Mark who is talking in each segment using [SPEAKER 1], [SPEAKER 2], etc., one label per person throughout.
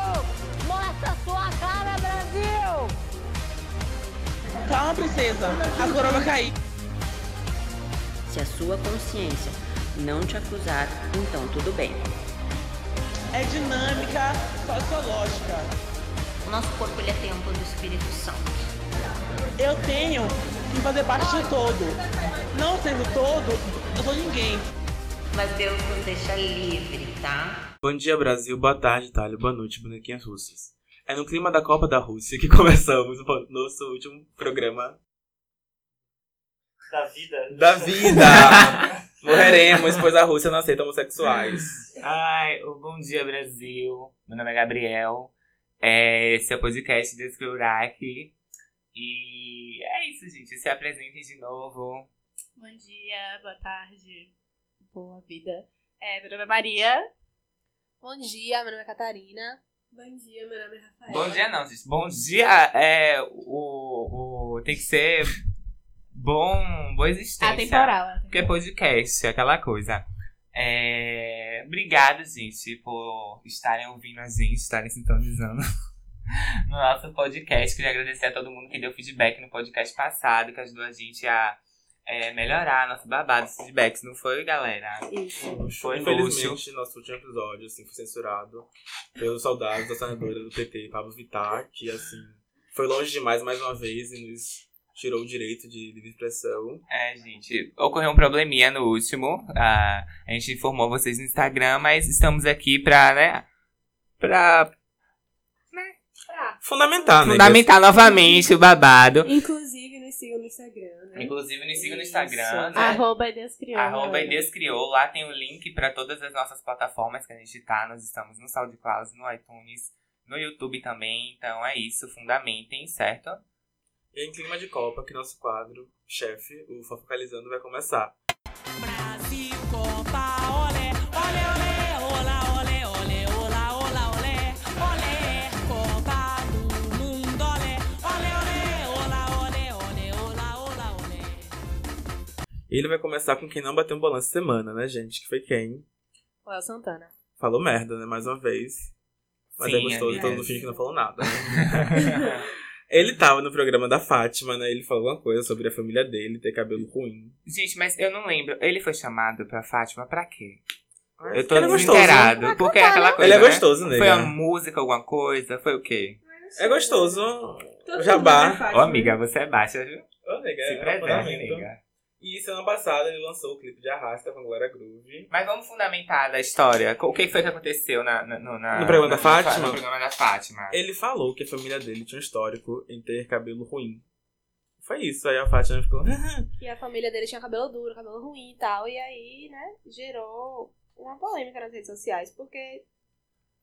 [SPEAKER 1] Não, Tá, princesa. As coroas cair.
[SPEAKER 2] Se a sua consciência não te acusar, então tudo bem.
[SPEAKER 1] É dinâmica sociológica.
[SPEAKER 3] O nosso corpo ele é templo do Espírito Santo.
[SPEAKER 1] Eu tenho que fazer parte de todo. Não sendo todo, eu sou ninguém.
[SPEAKER 3] Mas Deus nos deixa livre, tá?
[SPEAKER 4] Bom dia, Brasil. Boa tarde, Itália. Boa noite, bonequinhas russas. É no clima da Copa da Rússia que começamos o nosso último programa
[SPEAKER 5] Da vida.
[SPEAKER 4] da vida. Morreremos, pois a Rússia não aceita homossexuais.
[SPEAKER 6] Ai, o bom dia, Brasil. Meu nome é Gabriel. É, esse é o podcast do Escurac. E é isso, gente. Se apresentem de novo.
[SPEAKER 7] Bom dia, boa tarde, boa vida. É, meu nome é Maria.
[SPEAKER 8] Bom dia, meu nome é Catarina.
[SPEAKER 7] Bom dia, meu nome é Rafael.
[SPEAKER 6] Bom dia, não, gente. Bom dia é o. o tem que ser bom. Boa existência.
[SPEAKER 7] Atemporal. atemporal.
[SPEAKER 6] Porque é podcast, é aquela coisa. É... Obrigado, gente, por estarem ouvindo a gente, estarem sintonizando no nosso podcast. Queria agradecer a todo mundo que deu feedback no podcast passado, que ajudou a gente a é, melhorar nosso babado. Os feedbacks, não foi, galera?
[SPEAKER 7] Isso.
[SPEAKER 6] Foi luxo.
[SPEAKER 4] Infelizmente, nosso último episódio assim, foi censurado pelos soldados da senadora do PT, Pablo Vittar, que assim, foi longe demais mais uma vez e nos tirou o direito de livre expressão.
[SPEAKER 6] É, gente, ocorreu um probleminha no último. ah, a gente informou vocês no Instagram, mas estamos aqui pra, né? Pra
[SPEAKER 4] Fundamentar, né?
[SPEAKER 6] fundamentar novamente o babado.
[SPEAKER 7] Inclusive, nos sigam no Instagram, né?
[SPEAKER 6] Inclusive, nos sigam no Instagram. né?
[SPEAKER 7] Arroba e Deus criou.
[SPEAKER 6] Arroba Inês Criou. Lá tem o link pra todas as nossas plataformas que a gente tá. Nós estamos no SoundCloud, no iTunes, no YouTube também. Então é isso, fundamentem, certo?
[SPEAKER 4] E em clima de Copa, que nosso quadro chefe, o Fofocalizando, vai começar.
[SPEAKER 1] Brasil, Copa, olé, olé, olé, olá, olé, olé, olá, olá, olé, olé, Copa do Mundo, olé, olé, olé, olá, olé, olé, olá, olá, olé.
[SPEAKER 4] E ele vai começar com quem não bateu um balanço semana, né, gente? Que foi quem
[SPEAKER 8] Léo Santana.
[SPEAKER 4] falou merda, né? Mais uma vez. Mas
[SPEAKER 6] Sim,
[SPEAKER 4] é gostoso,
[SPEAKER 6] aliás.
[SPEAKER 4] todo mundo finge que não falou nada. né? Ele tava no programa da Fátima, né? Ele falou alguma coisa sobre a família dele ter cabelo ruim.
[SPEAKER 6] Gente, mas eu não lembro. Ele foi chamado pra Fátima pra quê? Eu tô
[SPEAKER 4] Ele é gostoso, né?
[SPEAKER 6] desinterado. Porque é aquela coisa.
[SPEAKER 4] Ele é
[SPEAKER 6] né?
[SPEAKER 4] gostoso, né?
[SPEAKER 6] Foi uma música, alguma coisa? Foi o quê?
[SPEAKER 4] É gostoso. Jabá.
[SPEAKER 6] Ô, amiga, você é baixa, viu?
[SPEAKER 4] Ô, nega,
[SPEAKER 6] Se
[SPEAKER 4] um é um
[SPEAKER 6] preserve,
[SPEAKER 4] fundamento.
[SPEAKER 6] nega.
[SPEAKER 4] E semana passada ele lançou o clipe de Arrasta com Glória Groove.
[SPEAKER 6] Mas vamos fundamentar da história. O que foi que aconteceu na, na- no, na-
[SPEAKER 4] No programa
[SPEAKER 6] na-
[SPEAKER 4] da Fátima?
[SPEAKER 6] No programa da Fátima.
[SPEAKER 4] Ele falou que a família dele tinha um histórico em ter cabelo ruim. Foi isso. Aí a Fátima ficou.
[SPEAKER 8] E a família dele tinha cabelo duro, cabelo ruim e tal. E aí, né, gerou uma polêmica nas redes sociais, porque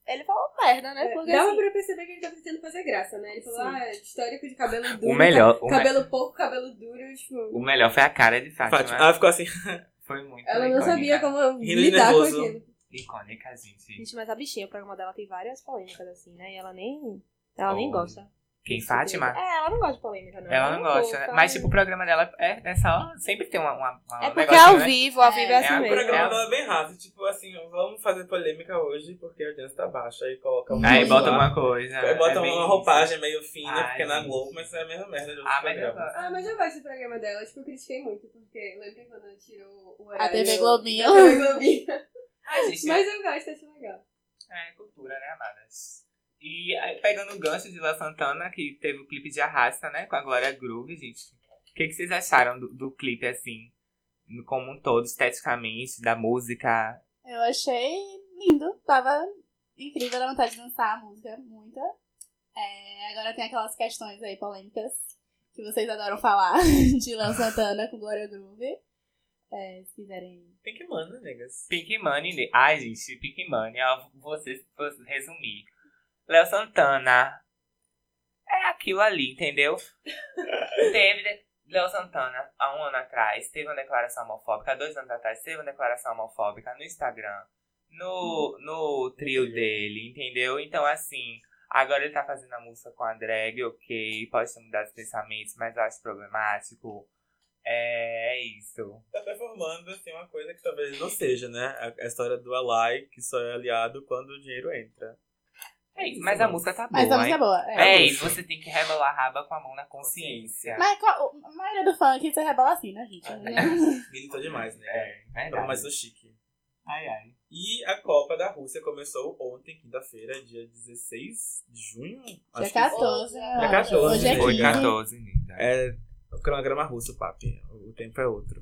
[SPEAKER 8] ele falou merda, né? Porque
[SPEAKER 7] É, Dava
[SPEAKER 8] assim,
[SPEAKER 7] pra perceber que ele tava tentando fazer graça, né? Ele falou,
[SPEAKER 8] Sim.
[SPEAKER 7] ah, histórico de cabelo duro.
[SPEAKER 6] O melhor, o, me-
[SPEAKER 7] Cabelo pouco, cabelo duro, tipo...
[SPEAKER 6] o melhor foi a cara de Fátima.
[SPEAKER 4] Fátima. Ela ficou assim.
[SPEAKER 6] Foi muito
[SPEAKER 7] Ela não
[SPEAKER 6] icônica.
[SPEAKER 7] sabia como
[SPEAKER 4] Rindo de
[SPEAKER 7] lidar com
[SPEAKER 4] nervoso.
[SPEAKER 7] aquilo.
[SPEAKER 6] Icônica, gente.
[SPEAKER 8] Gente, mas a bichinha, o programa dela tem várias polêmicas, assim, né? E ela nem. Ela nem
[SPEAKER 6] Olha.
[SPEAKER 8] gosta.
[SPEAKER 6] Quem, Fátima?
[SPEAKER 8] É, ela não gosta de polêmica, não.
[SPEAKER 6] Ela não gosta. né?
[SPEAKER 8] gosta,
[SPEAKER 6] Mas,
[SPEAKER 8] né?
[SPEAKER 6] tipo, o programa dela é, é só... Sempre tem uma... uma, uma
[SPEAKER 8] É
[SPEAKER 6] um
[SPEAKER 8] porque é
[SPEAKER 6] negocinho,
[SPEAKER 8] ao
[SPEAKER 6] né?
[SPEAKER 8] vivo, ao vivo é,
[SPEAKER 7] É,
[SPEAKER 8] assim
[SPEAKER 6] é
[SPEAKER 4] O
[SPEAKER 8] mesmo.
[SPEAKER 4] programa
[SPEAKER 6] Legal.
[SPEAKER 4] dela é bem rápido. Tipo assim, vamos fazer polêmica hoje porque a audiência tá baixa. Aí coloca um.
[SPEAKER 6] Aí
[SPEAKER 4] negócio
[SPEAKER 6] bota
[SPEAKER 4] lá.
[SPEAKER 6] uma coisa.
[SPEAKER 4] Aí bota
[SPEAKER 6] é bem
[SPEAKER 4] uma
[SPEAKER 6] isso. Ah,
[SPEAKER 4] roupagem meio fina,
[SPEAKER 6] Ai,
[SPEAKER 4] porque é na
[SPEAKER 6] gente.
[SPEAKER 4] Globo, mas é a mesma merda de outros
[SPEAKER 6] Ah, mas eu
[SPEAKER 4] programas.
[SPEAKER 6] gosto.
[SPEAKER 7] Ah, mas eu gosto do programa dela. Tipo, eu critiquei muito, porque lembra quando tirou o horário...
[SPEAKER 8] A TV Globinho.
[SPEAKER 7] da TV Globinho.
[SPEAKER 6] Ah, gente,
[SPEAKER 7] mas eu gosto, acho legal.
[SPEAKER 6] É cultura, né, amadas? E aí, pegando o gancho de La Santana, que teve o clipe de Arrasta, né, com a Glória Groove, gente. O que, que vocês acharam do, do clipe, assim, no- como um todo, esteticamente, da música?
[SPEAKER 9] Eu achei lindo, tava incrível, dá vontade de dançar a música, muita. É, agora tem aquelas questões aí polêmicas que vocês adoram falar de Léo Santana com Glória Groove. É, se quiserem.
[SPEAKER 4] Tem que manda, negas.
[SPEAKER 6] Pink Money. né? Ai, gente, Pink Money, ó, vocês vou resumir. Léo Santana é aquilo ali, entendeu? teve de- Léo Santana, há um ano atrás, teve uma declaração homofóbica, há dois anos atrás, teve uma declaração homofóbica no Instagram, no, no trio dele, entendeu? Então, assim, agora ele tá fazendo a música com a drag, ok, pode ter mudado os pensamentos, mas eu acho problemático. É, é isso.
[SPEAKER 4] Tá performando, assim, uma coisa que talvez não seja, né? A, a história do Ally, que só é aliado quando o dinheiro entra.
[SPEAKER 6] É isso, mas a música tá boa.
[SPEAKER 9] Mas a música é
[SPEAKER 6] hein?
[SPEAKER 9] boa.
[SPEAKER 6] É,
[SPEAKER 9] É.
[SPEAKER 6] isso, você tem que rebolar a raba com a mão na consciência.
[SPEAKER 9] Mas qual- a maioria do funk você rebola assim, né, gente?
[SPEAKER 4] Militou demais, né?
[SPEAKER 6] É,
[SPEAKER 4] Tava
[SPEAKER 6] verdade.
[SPEAKER 4] mais no chique.
[SPEAKER 6] Ai, ai.
[SPEAKER 4] E a Copa da Rússia começou ontem, quinta-feira, dia 16 de junho.
[SPEAKER 9] Dia
[SPEAKER 4] acho que-
[SPEAKER 9] 14.
[SPEAKER 4] Dia
[SPEAKER 9] Dia
[SPEAKER 4] 14,
[SPEAKER 9] Hoje é
[SPEAKER 4] né?
[SPEAKER 9] 15.
[SPEAKER 4] Hoje
[SPEAKER 6] Foi 14, linda.
[SPEAKER 4] É o cronograma russo, papi. O tempo é outro.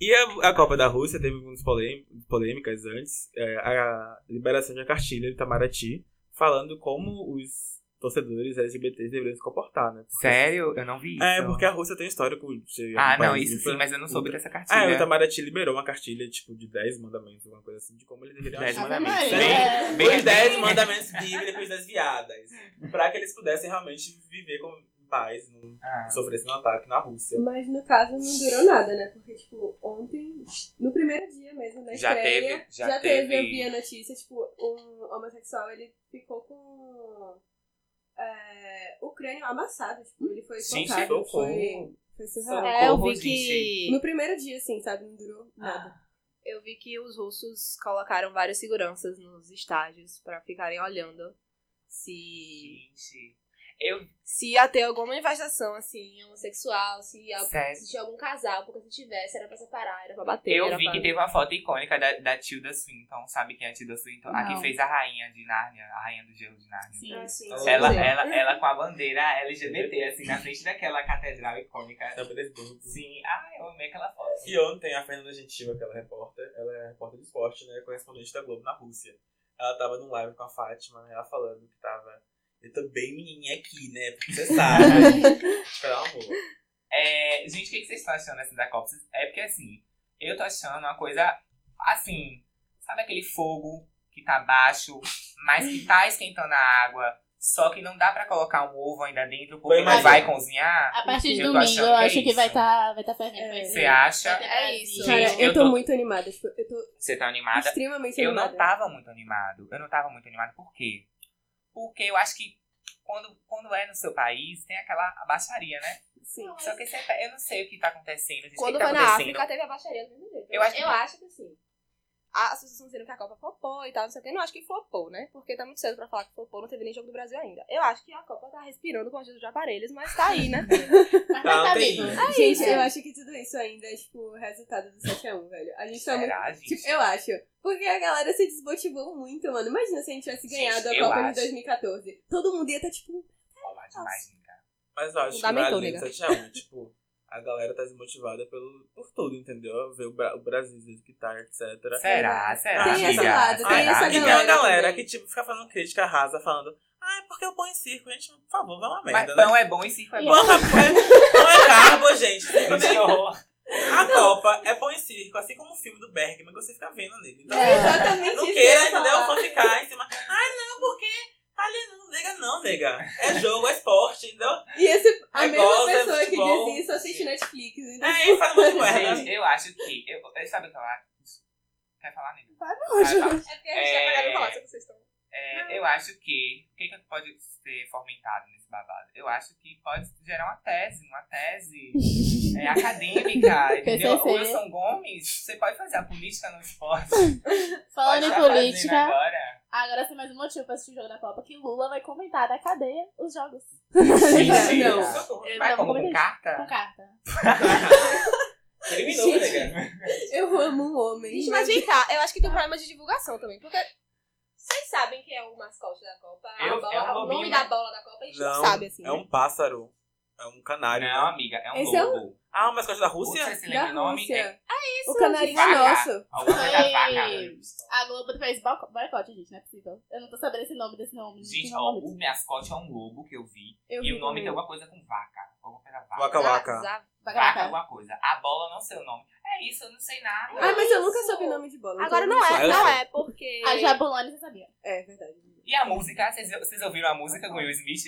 [SPEAKER 4] e a, a Copa da Rússia teve algumas polêm- polêmicas antes. É, a liberação de uma cartilha de Itamaraty, falando como os torcedores LGBTs deveriam se comportar, né? Porque-
[SPEAKER 6] Sério? Eu não vi isso.
[SPEAKER 4] É, porque a Rússia tem um histórico de...
[SPEAKER 6] Ah,
[SPEAKER 4] um
[SPEAKER 6] não,
[SPEAKER 4] país
[SPEAKER 6] isso
[SPEAKER 4] ultra-
[SPEAKER 6] sim, é. mas eu não soube
[SPEAKER 4] ultra-
[SPEAKER 6] dessa
[SPEAKER 4] Ah, o
[SPEAKER 6] cartilha.
[SPEAKER 4] Itamaraty liberou uma cartilha, tipo, de 10 mandamentos, alguma coisa assim, de como eles deveriam
[SPEAKER 6] Dez
[SPEAKER 4] agir.
[SPEAKER 6] mandamentos.
[SPEAKER 4] Sim.
[SPEAKER 9] É.
[SPEAKER 6] Bem-
[SPEAKER 4] Os 10 mandamentos bíblicos das viadas. Pra que eles pudessem realmente viver com paz, não
[SPEAKER 6] Ah,
[SPEAKER 4] sofressem um ataque na Rússia.
[SPEAKER 5] Mas no caso não durou nada, né? Porque, tipo, ontem, no primeiro dia mesmo da
[SPEAKER 6] Já
[SPEAKER 5] estreia,
[SPEAKER 6] teve- já
[SPEAKER 5] teve,
[SPEAKER 6] teve-
[SPEAKER 5] eu vi a notícia, tipo, um homossexual ele ficou com é, o crânio amassado, tipo, ele foi
[SPEAKER 6] Gente,
[SPEAKER 5] socado,
[SPEAKER 4] socorro.
[SPEAKER 5] foi, foi surreal.
[SPEAKER 7] É, eu
[SPEAKER 6] Socorro,
[SPEAKER 7] vi que.
[SPEAKER 5] No primeiro dia, assim, sabe? Não durou
[SPEAKER 6] Ah.
[SPEAKER 5] nada.
[SPEAKER 8] Eu vi que os russos colocaram vários seguranças nos estádios pra ficarem olhando se
[SPEAKER 6] gente. Eu,
[SPEAKER 8] se ia ter alguma manifestação assim homossexual, se, al-
[SPEAKER 6] Sério?
[SPEAKER 8] se tinha algum casal, porque se tivesse era pra separar, era pra bater.
[SPEAKER 6] eu
[SPEAKER 8] era
[SPEAKER 6] vi
[SPEAKER 8] pra...
[SPEAKER 6] que teve uma foto icônica da, da Tilda Swinton. Sabe quem é a Tilda Swinton? A que
[SPEAKER 9] Não.
[SPEAKER 6] fez a rainha de Nárnia, a rainha do gelo de Nárnia.
[SPEAKER 9] Sim.
[SPEAKER 5] Ah, sim,
[SPEAKER 4] Sim.
[SPEAKER 6] Ela,
[SPEAKER 4] Sim.
[SPEAKER 6] ela, ela com a bandeira LGBT, assim, na frente daquela catedral icônica.
[SPEAKER 4] São Petersburgo.
[SPEAKER 6] Sim, ah, eu amei aquela foto.
[SPEAKER 4] E ontem a Fernanda Gentil, aquela repórter, ela é repórter de esporte, né? Correspondente da Globo na Rússia. Ela tava num live com a Fátima, ela falando que tava. Eu tô bem menininha aqui, né? Porque você sabe. Pelo amor.
[SPEAKER 6] É, gente, o que que vocês estão achando assim, da Copa? Vocês- É porque assim, eu tô achando uma coisa assim, sabe aquele fogo que tá baixo, mas que tá esquentando a água, só que não dá pra colocar um ovo ainda dentro porque
[SPEAKER 4] Banho
[SPEAKER 6] não
[SPEAKER 9] Maria.
[SPEAKER 6] vai cozinhar?
[SPEAKER 9] A partir de
[SPEAKER 6] Eu tô
[SPEAKER 9] domingo
[SPEAKER 6] achando
[SPEAKER 9] eu
[SPEAKER 6] que é
[SPEAKER 9] acho que vai
[SPEAKER 6] isso.
[SPEAKER 9] estar vai tá fervendo.
[SPEAKER 5] É.
[SPEAKER 9] vai
[SPEAKER 6] Você
[SPEAKER 9] ter-
[SPEAKER 6] acha?
[SPEAKER 9] vai ter
[SPEAKER 8] É
[SPEAKER 9] Brasil.
[SPEAKER 8] isso.
[SPEAKER 5] Cara,
[SPEAKER 6] Gente,
[SPEAKER 5] eu,
[SPEAKER 6] eu
[SPEAKER 5] tô,
[SPEAKER 6] tô-
[SPEAKER 5] muito animada, tipo, eu tô
[SPEAKER 6] Você tá animada?
[SPEAKER 5] extremamente
[SPEAKER 6] Eu
[SPEAKER 5] animada.
[SPEAKER 6] não tava muito animado. Eu não tava muito animado. Por quê? Porque eu acho que quando, quando é no seu país, tem aquela baixaria, né?
[SPEAKER 5] Sim.
[SPEAKER 6] Só que você tá- eu não sei o que tá acontecendo. Gente,
[SPEAKER 8] Quando
[SPEAKER 6] o que
[SPEAKER 8] foi
[SPEAKER 6] tá
[SPEAKER 8] na
[SPEAKER 6] acontecendo?
[SPEAKER 8] África, teve a baixaria do mesmo jeito.
[SPEAKER 6] Eu acho que- tá.
[SPEAKER 8] eu acho que assim. A associação dizendo que a Copa flopou e tal, não sei o que. Não acho que flopou, né? Porque tá muito cedo pra falar que flopou, não teve nem jogo do Brasil ainda. Eu acho que a Copa tá respirando com ajuda de aparelhos, mas tá aí, né?
[SPEAKER 4] Tá,
[SPEAKER 9] Mas vai tá
[SPEAKER 4] tem
[SPEAKER 9] vivo.
[SPEAKER 4] isso.
[SPEAKER 5] Gente, eu acho que tudo isso ainda é, tipo, o resultado do 7x1, velho. A gente tá
[SPEAKER 8] É.
[SPEAKER 5] muito
[SPEAKER 6] Será, gente?
[SPEAKER 5] Tipo, eu acho. Porque a galera se desmotivou muito, mano. Imagina se a gente tivesse
[SPEAKER 6] Gente,
[SPEAKER 5] ganhado a
[SPEAKER 6] eu
[SPEAKER 5] Copa
[SPEAKER 6] acho.
[SPEAKER 5] de 2014. Todo mundo ia estar, tipo,
[SPEAKER 6] Rolar demais, gente.
[SPEAKER 4] Mas eu acho que
[SPEAKER 8] Fundamentou,
[SPEAKER 4] Brasil
[SPEAKER 8] nega.
[SPEAKER 4] 7 a 1, tipo, a galera tá desmotivada pelo, por tudo, entendeu? Ver o, Bra- o Brasil do jeito que tá, etc.
[SPEAKER 6] Será? Será?
[SPEAKER 4] Tem esse
[SPEAKER 6] amiga?
[SPEAKER 5] lado, tem
[SPEAKER 6] Será,
[SPEAKER 5] essa
[SPEAKER 4] e
[SPEAKER 6] amiga?
[SPEAKER 4] tem a
[SPEAKER 5] galera
[SPEAKER 4] galera
[SPEAKER 5] também.
[SPEAKER 4] que, tipo, fica falando crítica rasa, falando, ah, é porque eu ponho em circo, gente, por favor, vai uma
[SPEAKER 6] Mas
[SPEAKER 4] merda, né?
[SPEAKER 6] pão é bom e circo é bom.
[SPEAKER 4] Pão é- pão é carbo, gente. Circo
[SPEAKER 6] Gente, que horror.
[SPEAKER 4] A Copa é pão e circo, assim como o filme do Bergman que você fica vendo nele. Então,
[SPEAKER 9] É,
[SPEAKER 5] exatamente
[SPEAKER 4] não
[SPEAKER 5] isso
[SPEAKER 4] queira,
[SPEAKER 5] que eu ia
[SPEAKER 4] entendeu?
[SPEAKER 5] falar.
[SPEAKER 4] Só ficar em cima. Ai, não, porque tá ali, não, nega, não, nega. É jogo, é esporte, entendeu?
[SPEAKER 5] E esse, a
[SPEAKER 4] É
[SPEAKER 5] mesma
[SPEAKER 4] gosto, é
[SPEAKER 5] pessoa que
[SPEAKER 4] futebol.
[SPEAKER 5] diz isso assiste Netflix. Então,
[SPEAKER 4] É, e faz um monte de merda.
[SPEAKER 6] Gente, eu acho que. Eu, eu- sabe o que eu acho? Quer falar, amigo?
[SPEAKER 9] Vai,
[SPEAKER 8] É porque a gente já vai falar sobre vocês estão.
[SPEAKER 5] Ah.
[SPEAKER 6] É, eu acho que. O que, que pode ser fomentado nesse babado? Eu acho que pode gerar uma tese, uma tese é, acadêmica, entendeu?
[SPEAKER 9] PCC.
[SPEAKER 6] O Wilson Gomes, você pode fazer a política no esporte.
[SPEAKER 9] Falando
[SPEAKER 6] pode
[SPEAKER 9] em
[SPEAKER 6] tá fazendo
[SPEAKER 8] então.
[SPEAKER 9] política,
[SPEAKER 6] Agora.
[SPEAKER 9] agora tem mais um motivo pra assistir o jogo da Copa, que Lula vai comentar da cadeia os jogos.
[SPEAKER 6] Gente,
[SPEAKER 5] Não.
[SPEAKER 9] Ele
[SPEAKER 6] Vai
[SPEAKER 9] vai
[SPEAKER 6] como com
[SPEAKER 9] comentar Com
[SPEAKER 8] Tá.
[SPEAKER 6] carta?
[SPEAKER 9] carta.
[SPEAKER 4] Criminoso,
[SPEAKER 5] Gente.
[SPEAKER 4] nega.
[SPEAKER 5] eu amo um homem.
[SPEAKER 8] Gente, mas vem cá, eu acho que tem um problema de divulgação também, porque vocês sabem quem é o mascote da Copa, a
[SPEAKER 6] Eu-
[SPEAKER 8] bola-
[SPEAKER 6] é um
[SPEAKER 8] o
[SPEAKER 6] lobinho,
[SPEAKER 8] nome
[SPEAKER 6] mas-
[SPEAKER 8] da bola da Copa, a gente não,
[SPEAKER 4] Não,
[SPEAKER 8] sabe, assim.
[SPEAKER 4] É
[SPEAKER 5] né?
[SPEAKER 4] um pássaro. É um canário.
[SPEAKER 6] Não,
[SPEAKER 4] né?
[SPEAKER 6] amiga, é um
[SPEAKER 5] Esse é um-
[SPEAKER 6] lobo.
[SPEAKER 4] Ah, o mascote da
[SPEAKER 6] Rússia?
[SPEAKER 4] Rússia?
[SPEAKER 6] Você
[SPEAKER 5] Da
[SPEAKER 6] lembra o Né? nome? tá
[SPEAKER 5] Rússia.
[SPEAKER 6] É
[SPEAKER 5] o canarinho é
[SPEAKER 6] faca.
[SPEAKER 5] nosso.
[SPEAKER 6] Alguma coisa
[SPEAKER 9] Foi-
[SPEAKER 6] faca.
[SPEAKER 9] A Globo fez boico- boicote, gente, não é possível. Eu não tô sabendo esse nome desse nome.
[SPEAKER 6] Gente,
[SPEAKER 9] não
[SPEAKER 6] ó,
[SPEAKER 9] tem nome.
[SPEAKER 6] o mascote é um lobo que eu vi.
[SPEAKER 5] Eu
[SPEAKER 6] e
[SPEAKER 5] vi
[SPEAKER 6] o nome
[SPEAKER 5] também.
[SPEAKER 6] tem alguma coisa com vaca. Alguma coisa vaca.
[SPEAKER 4] Waka Waka.
[SPEAKER 8] Zaza-
[SPEAKER 9] Vai
[SPEAKER 6] Vaca,
[SPEAKER 9] colocar.
[SPEAKER 6] alguma coisa. A bola não sei o nome. É isso, eu não sei nada.
[SPEAKER 5] Ah, mas eu nunca soube o nome de bola.
[SPEAKER 8] Agora
[SPEAKER 5] então-
[SPEAKER 8] não
[SPEAKER 4] Só
[SPEAKER 8] é,
[SPEAKER 4] eu
[SPEAKER 8] não
[SPEAKER 4] sei.
[SPEAKER 8] é, porque...
[SPEAKER 9] A Jabulani, você sabia.
[SPEAKER 5] É, verdade.
[SPEAKER 6] E a música? Vocês, vocês ouviram a música com Will Smith?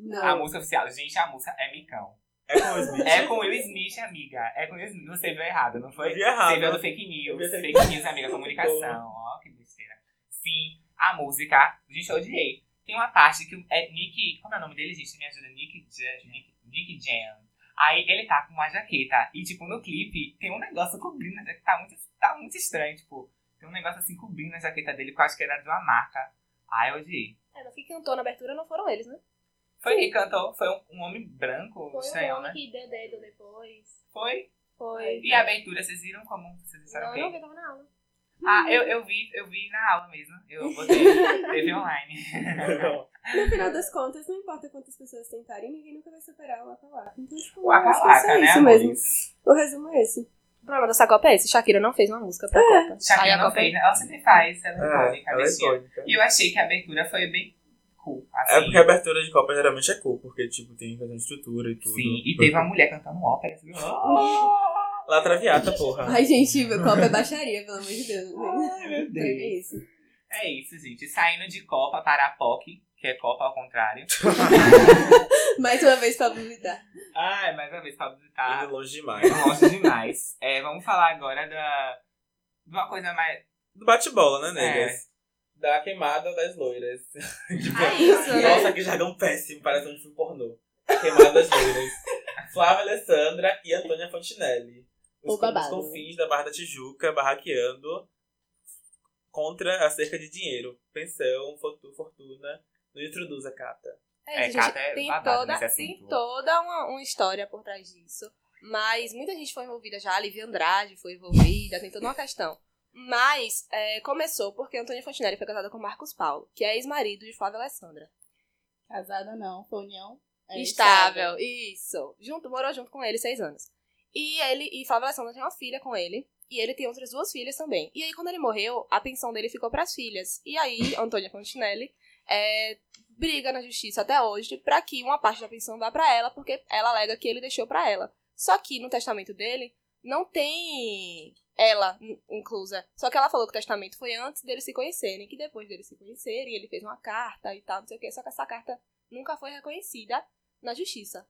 [SPEAKER 6] A
[SPEAKER 5] Não.
[SPEAKER 6] música oficial. Gente, a música é micão.
[SPEAKER 4] É com o Smith.
[SPEAKER 6] É com Will Smith, amiga. É com Will Smith. Você viu errado, não foi?
[SPEAKER 4] Eu vi errado.
[SPEAKER 6] Você viu no fake
[SPEAKER 4] Eu vi
[SPEAKER 6] news.
[SPEAKER 4] fake
[SPEAKER 6] Fake news, amiga. Comunicação. Ó, que besteira. Sim, a música. Gente, eu odiei. Tem uma parte que é Nick. Como é o nome dele, gente? Me ajuda. Nick Jam. Nick, Nick Jam. Aí ele tá com uma jaqueta. E, tipo, no clipe tem um negócio cobrindo a jaqueta. Tá muito, tá muito estranho, tipo. Tem um negócio assim cobrindo a jaqueta dele, que eu acho que era de uma marca. Ai, eu odiei.
[SPEAKER 8] É, mas quem cantou na abertura não foram eles, né?
[SPEAKER 6] Foi quem cantou? Foi um, um homem branco?
[SPEAKER 9] Foi
[SPEAKER 6] estranho,
[SPEAKER 9] o
[SPEAKER 6] né?
[SPEAKER 9] homem que deu dedo depois.
[SPEAKER 6] Foi.
[SPEAKER 8] Foi.
[SPEAKER 6] E a abertura, vocês viram como? Vocês disseram
[SPEAKER 8] Não,
[SPEAKER 6] quem?
[SPEAKER 8] eu não Uhum. vi, eu tava na aula.
[SPEAKER 6] Ah, eu, eu vi, eu vi na aula mesmo. Eu botei, teve online.
[SPEAKER 5] No final das contas, não importa quantas pessoas tentarem, ninguém nunca vai superar o Acalá. Então, tipo,
[SPEAKER 6] O
[SPEAKER 5] eu acho que é só
[SPEAKER 6] Acalaca, né,
[SPEAKER 5] isso
[SPEAKER 6] amor?
[SPEAKER 5] mesmo. O resumo é esse. É.
[SPEAKER 8] O problema da Sacopa é esse. Shakira não fez uma música pra Copa. Aí
[SPEAKER 6] Shakira
[SPEAKER 8] a
[SPEAKER 6] não
[SPEAKER 8] Copa-
[SPEAKER 6] fez, né? Ela sempre faz, ela é
[SPEAKER 4] É,
[SPEAKER 6] icônica,
[SPEAKER 4] ela é
[SPEAKER 6] bichinha.
[SPEAKER 4] icônica.
[SPEAKER 6] E eu achei que a abertura foi bem cool,
[SPEAKER 4] É
[SPEAKER 6] assim.
[SPEAKER 4] porque a abertura de Copa geralmente é cool, porque, tipo, tem questão de estrutura e tudo.
[SPEAKER 6] Sim, e teve uma mulher cantando ópera. assim,
[SPEAKER 4] Lá Traviata, porra.
[SPEAKER 9] Ai, gente, o copo é baixaria, pelo amor de Deus.
[SPEAKER 5] né?
[SPEAKER 6] Ai, meu Deus.
[SPEAKER 9] isso.
[SPEAKER 6] É isso, gente. Saindo de Copa para a POC, que é Copa ao contrário.
[SPEAKER 9] Mais uma vez pra publicar.
[SPEAKER 6] Ai, mais uma vez, Pablo
[SPEAKER 4] Indo
[SPEAKER 6] Vittar.
[SPEAKER 4] longe demais.
[SPEAKER 6] Gosto demais. É, vamos falar agora da... De uma coisa mais...
[SPEAKER 4] Do bate-bola, né,
[SPEAKER 6] É.
[SPEAKER 4] negas? Da queimada das loiras. Tipo,
[SPEAKER 9] É isso, né?
[SPEAKER 4] Nossa, que jargão péssimo, parece um filme pornô. Queimada das loiras. Flávia Alessandra e Antônia Fontinelli.
[SPEAKER 9] O babado.
[SPEAKER 4] Os confins da Barra da Tijuca, barraqueando contra a cerca de dinheiro. Pensão, fortu- fortuna. Não introduza, Cata.
[SPEAKER 8] É,
[SPEAKER 6] É,
[SPEAKER 8] isso, gente,
[SPEAKER 6] Cata é
[SPEAKER 8] tem
[SPEAKER 6] babado
[SPEAKER 8] toda,
[SPEAKER 6] nesse
[SPEAKER 8] tem
[SPEAKER 6] assunto.
[SPEAKER 8] toda uma, uma história por trás disso. Mas muita gente foi envolvida já. A Livi Andrade foi envolvida, tem toda uma questão. Mas é, começou porque Antônia Fontinelli foi casada com Marcos Paulo, que é ex-marido de Flávia Alessandra.
[SPEAKER 9] Casada não, foi união. é,
[SPEAKER 8] Estável, isso. Junto, morou junto com ele seis anos. E ele e Flávia Alessandra tem uma filha com ele. E ele tem outras duas filhas também. E aí, quando ele morreu, a pensão dele ficou pras filhas. E aí, Antônia Fontinelli é, briga na justiça até hoje pra que uma parte da pensão vá pra ela, porque ela alega que ele deixou pra ela. Só que no testamento dele não tem ela in- inclusa. Só que ela falou que o testamento foi antes deles se conhecerem, que depois deles se conhecerem, ele fez uma carta e tal, não sei o quê. Só que essa carta nunca foi reconhecida na justiça.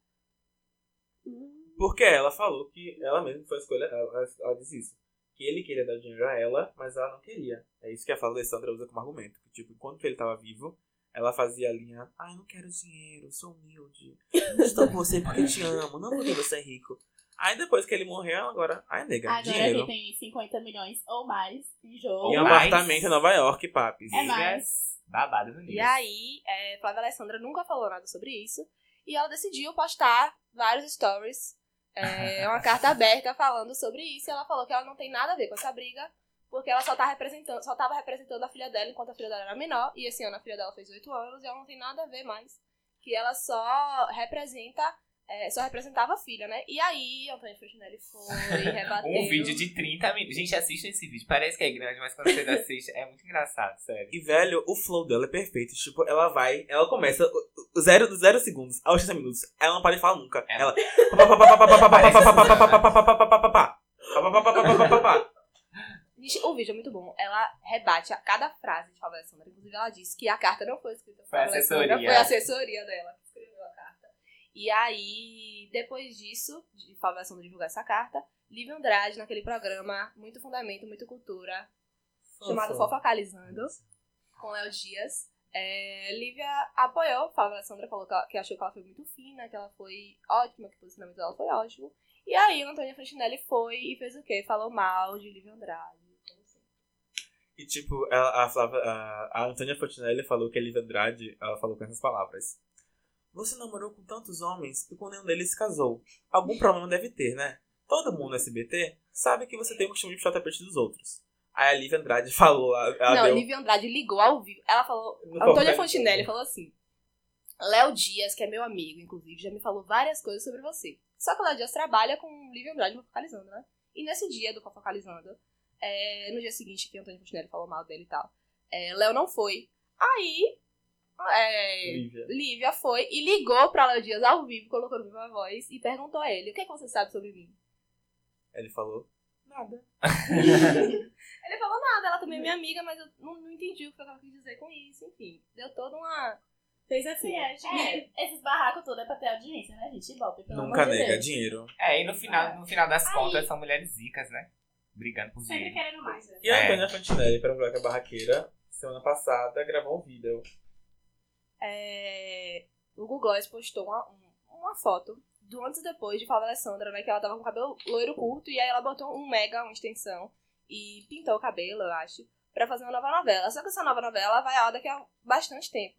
[SPEAKER 4] Porque ela falou que ela mesma foi a escolha, ela, ela- ela diz isso. Que ele queria dar dinheiro a ela, mas ela não queria. É isso que a Flávia Alessandra usa como argumento. Que, tipo, enquanto ele tava vivo, ela fazia a linha, ai, não quero dinheiro, sou humilde. Não estou com você porque te amo, não porque você é rico. Aí depois que ele morreu, ela agora, ai, nega,
[SPEAKER 9] Agora
[SPEAKER 4] dinheiro.
[SPEAKER 9] ele tem 50 milhões ou mais em jogo.
[SPEAKER 4] E um
[SPEAKER 6] mais.
[SPEAKER 4] apartamento em Nova York, papis.
[SPEAKER 9] É mais.
[SPEAKER 6] Babado bonito.
[SPEAKER 8] E aí, é, Flávia Alessandra nunca falou nada sobre isso. E ela decidiu postar vários stories, é, uma carta aberta falando sobre isso. E ela falou que ela não tem nada a ver com essa briga, porque ela só, tá representando, só tava representando a filha dela enquanto a filha dela era menor. E esse ano a filha dela fez 8 anos e ela não tem nada a ver mais. Que ela só representa. é, só representava a filha, né? E aí, Antônio Fontenelle foi, rebateu.
[SPEAKER 6] Um vídeo de 30 minutos. Gente, assistam esse vídeo. Parece que é grande, mas quando vocês assistem, é muito engraçado, sério.
[SPEAKER 4] E, velho, o flow dela é perfeito. Tipo, ela vai, ela começa o- o zero, dos zero segundos aos 30 minutos. Ela não para de falar nunca. Ela.
[SPEAKER 8] Gente, o vídeo é muito bom. Ela rebate a cada frase de Flávia Alessandra. Inclusive, ela disse que a carta não foi escrita por
[SPEAKER 6] Foi a
[SPEAKER 8] Flávia Alessandra,
[SPEAKER 6] assessoria.
[SPEAKER 8] foi a assessoria dela que escreveu a carta. E aí, depois disso, de Flávia Alessandra divulgar essa carta, Lívia Andrade, naquele programa Muito Fundamento, Muito Cultura, chamado Fofocalizando, com Léo Dias. É, Lívia apoiou, Flávia Alessandra falou que, ela- que achou que ela foi muito fina, que ela foi ótima, que o posicionamento dela foi ótimo. E aí, Antônia Fontinelli foi e fez o quê? Falou mal de Lívia Andrade. como sempre.
[SPEAKER 4] E tipo, ela- a, Flávia, a, a Antônia Fontinelli falou que a Lívia Andrade, ela falou com essas palavras. Você namorou com tantos homens e com nenhum deles se casou. Algum problema deve ter, né? Todo mundo no SBT sabe que você tem o costume de puxar o tapete dos outros. Aí a Lívia Andrade falou, ela, ela
[SPEAKER 8] não,
[SPEAKER 4] deu...
[SPEAKER 8] Lívia Andrade ligou ao vivo. Ela falou.
[SPEAKER 4] Não
[SPEAKER 8] Antônia
[SPEAKER 4] pode.
[SPEAKER 8] Fontinelli falou assim: Léo Dias, que é meu amigo, inclusive, já me falou várias coisas sobre você. Só que o Léo Dias trabalha com Lívia Andrade no Focalizando, né? E nesse dia do Focalizando, é, no dia seguinte que Antônia Fontinelli falou mal dele e tal, é, Léo não foi. Aí. é,
[SPEAKER 4] Lívia.
[SPEAKER 8] Lívia foi e ligou pra Léo Dias ao vivo, colocou no vivo a voz e perguntou a ele: O que, é que você sabe sobre mim?
[SPEAKER 4] Ele falou, nada.
[SPEAKER 8] Ele falou nada, ela também é minha amiga, mas eu não, não entendi o que ela quis dizer com isso, enfim. Deu toda uma.
[SPEAKER 5] Fez assim.
[SPEAKER 9] Sim, é, tipo, esses barracos todos é pra ter audiência, né, gente? Ibope, pelo
[SPEAKER 4] Nunca
[SPEAKER 9] amor de
[SPEAKER 4] nega,
[SPEAKER 9] Deus.
[SPEAKER 4] dinheiro.
[SPEAKER 6] É, e no final, no final das
[SPEAKER 9] Aí.
[SPEAKER 6] contas, são mulheres ricas, né? Brigando por
[SPEAKER 9] Sempre
[SPEAKER 6] dinheiro.
[SPEAKER 9] querendo mais, né?
[SPEAKER 4] E a
[SPEAKER 6] É.
[SPEAKER 4] Antônia Fontinelli, pra falar que é barraqueira, semana passada gravou um vídeo.
[SPEAKER 8] é, o Google Gloss postou uma, um- uma foto do antes e depois de Flávia Alessandra, né? Que ela tava com o cabelo loiro curto e aí ela botou um mega, uma extensão e pintou o cabelo, eu acho. pra fazer uma nova novela. Só que essa nova novela vai ao daqui a bastante tempo.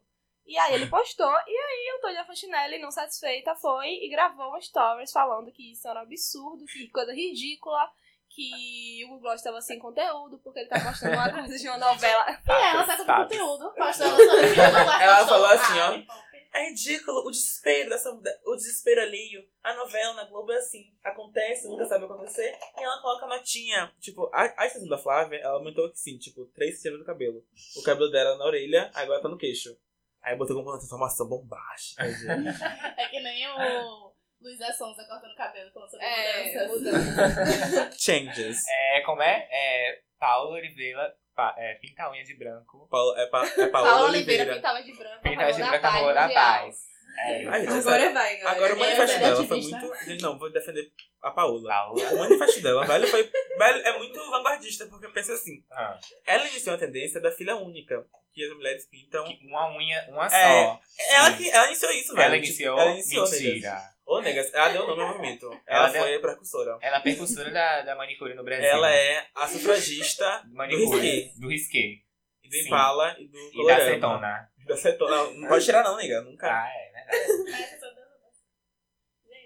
[SPEAKER 8] E aí ele postou, e aí Antônia Fontinelli, não satisfeita, foi e gravou um stories falando que isso era um absurdo, que coisa ridícula, que o Google estava sem conteúdo, porque ele tá postando uma coisa de uma novela. É,
[SPEAKER 9] E ela tá com
[SPEAKER 6] Sabe.
[SPEAKER 9] conteúdo, postando sobre
[SPEAKER 1] Ela falou assim, ó. É ridículo o desespero dessa mulher, o desespero alheio. A novela na Globo é assim, acontece, nunca sabe acontecer, e ela coloca matinha.
[SPEAKER 4] Tipo, a, a extensão da Flávia, ela aumentou assim, tipo, 3 centímetros do cabelo. O cabelo dela na orelha, agora tá no queixo. Aí botou como uma transformação bombástica, gente.
[SPEAKER 9] É que nem o Luiz Assonza cortando o cabelo, falando sobre
[SPEAKER 8] É,
[SPEAKER 9] mudanças.
[SPEAKER 4] Changes.
[SPEAKER 6] É, como é? É, Paulo Oliveira pa- é, pinta a unha de branco.
[SPEAKER 4] Paulo, é, pa, é Paola
[SPEAKER 9] Paola
[SPEAKER 4] Oliveira.
[SPEAKER 9] Oliveira pintava de branco,
[SPEAKER 6] Pinta a unha de branco,
[SPEAKER 9] amor
[SPEAKER 6] amor da paz. É,
[SPEAKER 4] Ai, gente, essa-
[SPEAKER 5] Agora vai, galera.
[SPEAKER 4] Agora o
[SPEAKER 9] Ela é
[SPEAKER 4] manifesto dela foi
[SPEAKER 9] ativista.
[SPEAKER 4] muito. Gente, Não, vou defender a Paola.
[SPEAKER 6] Paulo.
[SPEAKER 4] O é manifesto dela, velho, foi. velho, é muito vanguardista, porque pensa assim.
[SPEAKER 6] Ah,
[SPEAKER 4] Ela iniciou a tendência da filha única, que as mulheres pintam.
[SPEAKER 6] que uma unha, uma
[SPEAKER 4] É,
[SPEAKER 6] só.
[SPEAKER 4] Ela, que, ela iniciou isso, velho.
[SPEAKER 6] Ela
[SPEAKER 4] Tipo,
[SPEAKER 6] iniciou,
[SPEAKER 4] Ela iniciou,
[SPEAKER 6] mentira. É.
[SPEAKER 4] negas. Ô, negas, ela deu o nome ao movimento. Ela,
[SPEAKER 6] Ela deu-
[SPEAKER 4] foi a precursora.
[SPEAKER 6] Ela é a percussora da, da manicure no Brasil.
[SPEAKER 4] Ela é a sufragista
[SPEAKER 6] manicure
[SPEAKER 4] risqué.
[SPEAKER 6] do risqué.
[SPEAKER 4] e do
[SPEAKER 6] Sim.
[SPEAKER 4] Impala e do
[SPEAKER 6] E da
[SPEAKER 4] Colorama.
[SPEAKER 6] acetona.
[SPEAKER 4] Da acetona. Não, não pode tirar não, nega. Nunca.
[SPEAKER 6] Ah, é, verdade.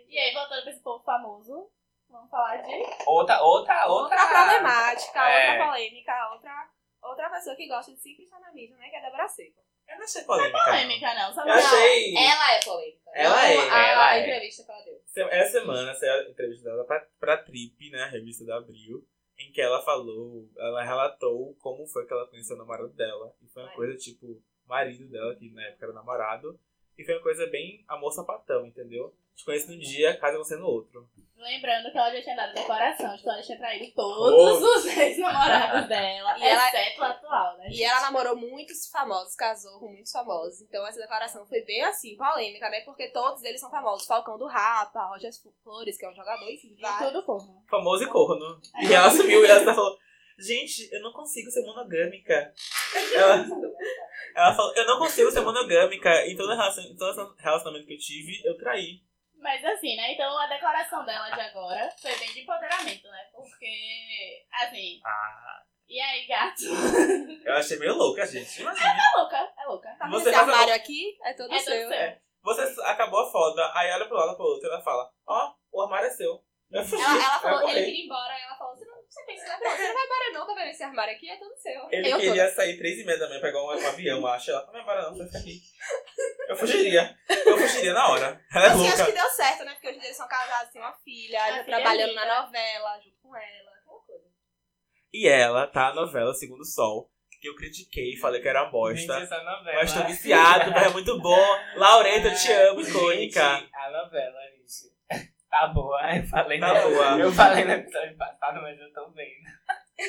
[SPEAKER 9] E aí, voltando pra esse povo famoso, vamos falar de.
[SPEAKER 6] Outra, outra, outra.
[SPEAKER 8] outra problemática,
[SPEAKER 6] É.
[SPEAKER 8] outra polêmica, outra, outra pessoa que gosta de sempre estar na mídia, né? Que é a Débora Seco.
[SPEAKER 4] Eu não achei polêmica.
[SPEAKER 8] é
[SPEAKER 9] Polêmica, não. Só
[SPEAKER 4] Eu
[SPEAKER 9] pra-
[SPEAKER 4] achei.
[SPEAKER 9] Ela é polêmica.
[SPEAKER 4] Ela é,
[SPEAKER 9] Não A,
[SPEAKER 6] ela
[SPEAKER 9] a
[SPEAKER 6] é.
[SPEAKER 9] entrevista que ela deu.
[SPEAKER 4] Se- Então, Essa semana saiu a entrevista dela pra, pra Trip, né? A revista da Abril, em que ela falou, ela relatou como foi que ela conheceu o namorado dela. E foi uma coisa tipo, marido dela, que na época era namorado. E foi uma coisa bem amor sapatão, entendeu? Te conheço num dia, casa você no outro.
[SPEAKER 9] Lembrando que ela já tinha dado decoração, então ela tinha traído todos os ex-namorados dela,
[SPEAKER 8] E ela-
[SPEAKER 9] exceto o atual, né?
[SPEAKER 8] E ela namorou muitos famosos, casou com muitos famosos. Então essa declaração foi bem assim, polêmica, né? Porque todos eles são famosos. Falcão do Rapa, Roger Flores, que é um jogador, enfim,
[SPEAKER 9] E
[SPEAKER 8] vários.
[SPEAKER 9] todo corno.
[SPEAKER 4] Famoso e corno. E ela sumiu e ela falou: Gente, eu não consigo ser monogâmica. Ela, ela falou: Eu não consigo ser monogâmica. Em todo, relacion, em todo relacionamento que eu tive, eu traí.
[SPEAKER 9] Mas assim, né? Então a declaração dela de agora foi bem de empoderamento, né? Porque, assim,
[SPEAKER 6] Ah,
[SPEAKER 9] e aí, gato?
[SPEAKER 4] Eu achei meio louca, gente. Imagina.
[SPEAKER 9] É louca, é louca.
[SPEAKER 8] Tá
[SPEAKER 4] Você
[SPEAKER 8] nesse
[SPEAKER 4] faz-
[SPEAKER 8] armário aqui, é todo
[SPEAKER 9] É
[SPEAKER 8] seu.
[SPEAKER 9] todo seu.
[SPEAKER 4] Você acabou a foda, aí olha pro lado, pro outro, ela fala, ó, o armário é seu. Eu fugi,
[SPEAKER 8] Ela, ela
[SPEAKER 4] eu
[SPEAKER 8] falou, ele
[SPEAKER 4] corri.
[SPEAKER 8] queria ir embora, e ela falou, você não você pensa, né? Você não vai embora não, tá vendo? Esse armário aqui é todo seu.
[SPEAKER 4] Ele
[SPEAKER 8] eu
[SPEAKER 4] queria sair três e meia da manhã, pegar um, um avião, eu acho. Ela, não vai embora não, você vai ficar aqui. Eu fugiria. Eu fugiria na hora. Ela é
[SPEAKER 8] Assim, acho que
[SPEAKER 4] louca.
[SPEAKER 8] deu certo, né? Porque hoje em dia eles são casados, têm uma filha,
[SPEAKER 9] A
[SPEAKER 8] ainda
[SPEAKER 9] filha é
[SPEAKER 8] trabalhando
[SPEAKER 9] linda.
[SPEAKER 8] na novela, junto com ela, aquela coisa.
[SPEAKER 4] E ela tá na novela Segundo Sol, que eu critiquei, falei que era uma
[SPEAKER 6] gente,
[SPEAKER 4] bosta.
[SPEAKER 6] essa é novela.
[SPEAKER 4] Mas tô viciado, mas é muito bom. Laureta, eu te amo, icônica.
[SPEAKER 6] Gente, A novela, gente. Tá boa, eu falei
[SPEAKER 4] Tá boa.
[SPEAKER 6] Eu falei no episódio passado, mas eu tô vendo.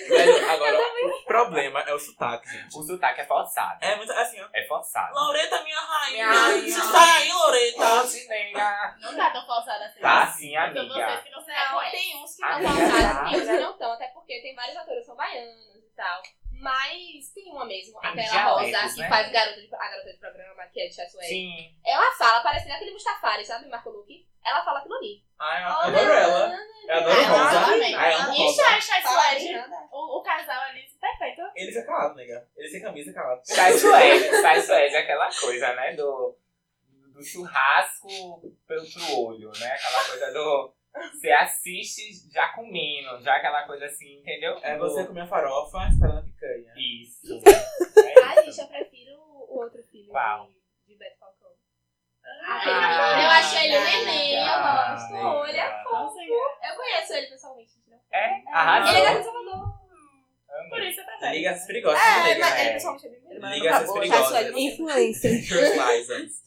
[SPEAKER 4] Velho, agora, o problema é o sotaque, gente.
[SPEAKER 6] O sotaque é forçado.
[SPEAKER 4] É muito assim, ó.
[SPEAKER 6] É forçado.
[SPEAKER 4] Laureta, minha rainha.
[SPEAKER 6] Minha rainha.
[SPEAKER 4] Você tá aí, Laureta.
[SPEAKER 6] se nega.
[SPEAKER 9] Não tá tão forçada assim.
[SPEAKER 6] Tá sim,
[SPEAKER 9] Então vocês
[SPEAKER 6] amiga.
[SPEAKER 9] que não se
[SPEAKER 8] Não,
[SPEAKER 9] reconhecem.
[SPEAKER 8] tem uns que
[SPEAKER 6] Ah,
[SPEAKER 8] não
[SPEAKER 6] é.
[SPEAKER 8] são casados, tem uns que não estão, até porque tem vários atores que são baianos e tal. Mas tem uma mesmo,
[SPEAKER 6] Tem
[SPEAKER 8] aquela
[SPEAKER 6] dialetos,
[SPEAKER 8] Rosa, que
[SPEAKER 6] né?
[SPEAKER 8] faz garota de, a garota de programa, que é de Chatué.
[SPEAKER 6] Sim.
[SPEAKER 8] Ela fala, parecendo aquele Mustafari, sabe, Marco Luque? Ela fala aquilo ali.
[SPEAKER 4] Ai,
[SPEAKER 6] é
[SPEAKER 4] eu
[SPEAKER 6] Ah,
[SPEAKER 8] Olha,
[SPEAKER 4] adoro ela. é Eu adoro
[SPEAKER 9] Ela
[SPEAKER 4] É Rosa. Ah,
[SPEAKER 9] adora,
[SPEAKER 4] Ai,
[SPEAKER 9] né?
[SPEAKER 4] eu amo
[SPEAKER 9] E
[SPEAKER 4] Rosa.
[SPEAKER 9] Chai, Chai
[SPEAKER 8] Fala
[SPEAKER 9] Suede,
[SPEAKER 8] nada.
[SPEAKER 9] o, o casal
[SPEAKER 8] é
[SPEAKER 9] ali, perfeito.
[SPEAKER 4] Ele fica é calado, nega. Ele sem camisa calado.
[SPEAKER 6] Sai Tá suede, sai suede é aquela coisa, né? Do, do churrasco pelo pro olho, né? Aquela coisa do. Você assiste já comendo, já aquela coisa assim, entendeu?
[SPEAKER 4] É
[SPEAKER 6] Do-
[SPEAKER 4] você comer a farofa esperando a picanha.
[SPEAKER 6] Isso. É
[SPEAKER 8] Ai,
[SPEAKER 6] isso.
[SPEAKER 8] gente, eu prefiro o outro filho
[SPEAKER 6] Qual?
[SPEAKER 8] de, de Beto Falcão.
[SPEAKER 9] Ah,
[SPEAKER 8] eu acho ele
[SPEAKER 9] ah,
[SPEAKER 8] neném, eu
[SPEAKER 6] ah,
[SPEAKER 8] gosto.
[SPEAKER 6] legal.
[SPEAKER 8] Olha, é fofo. Eu conheço ele pessoalmente, né?
[SPEAKER 6] É?
[SPEAKER 8] Ele é
[SPEAKER 6] Arrasou.
[SPEAKER 8] garoto de Salvador.
[SPEAKER 9] Por isso você tá prefere.
[SPEAKER 4] Liga as perigosas,
[SPEAKER 8] É,
[SPEAKER 4] nega.
[SPEAKER 8] mas ele
[SPEAKER 6] é.
[SPEAKER 8] pessoalmente é bem bonito.
[SPEAKER 4] Liga essas
[SPEAKER 8] Acabou,
[SPEAKER 4] perigosas.
[SPEAKER 8] Chai Suede, você-
[SPEAKER 2] Influencer.
[SPEAKER 4] Shows license.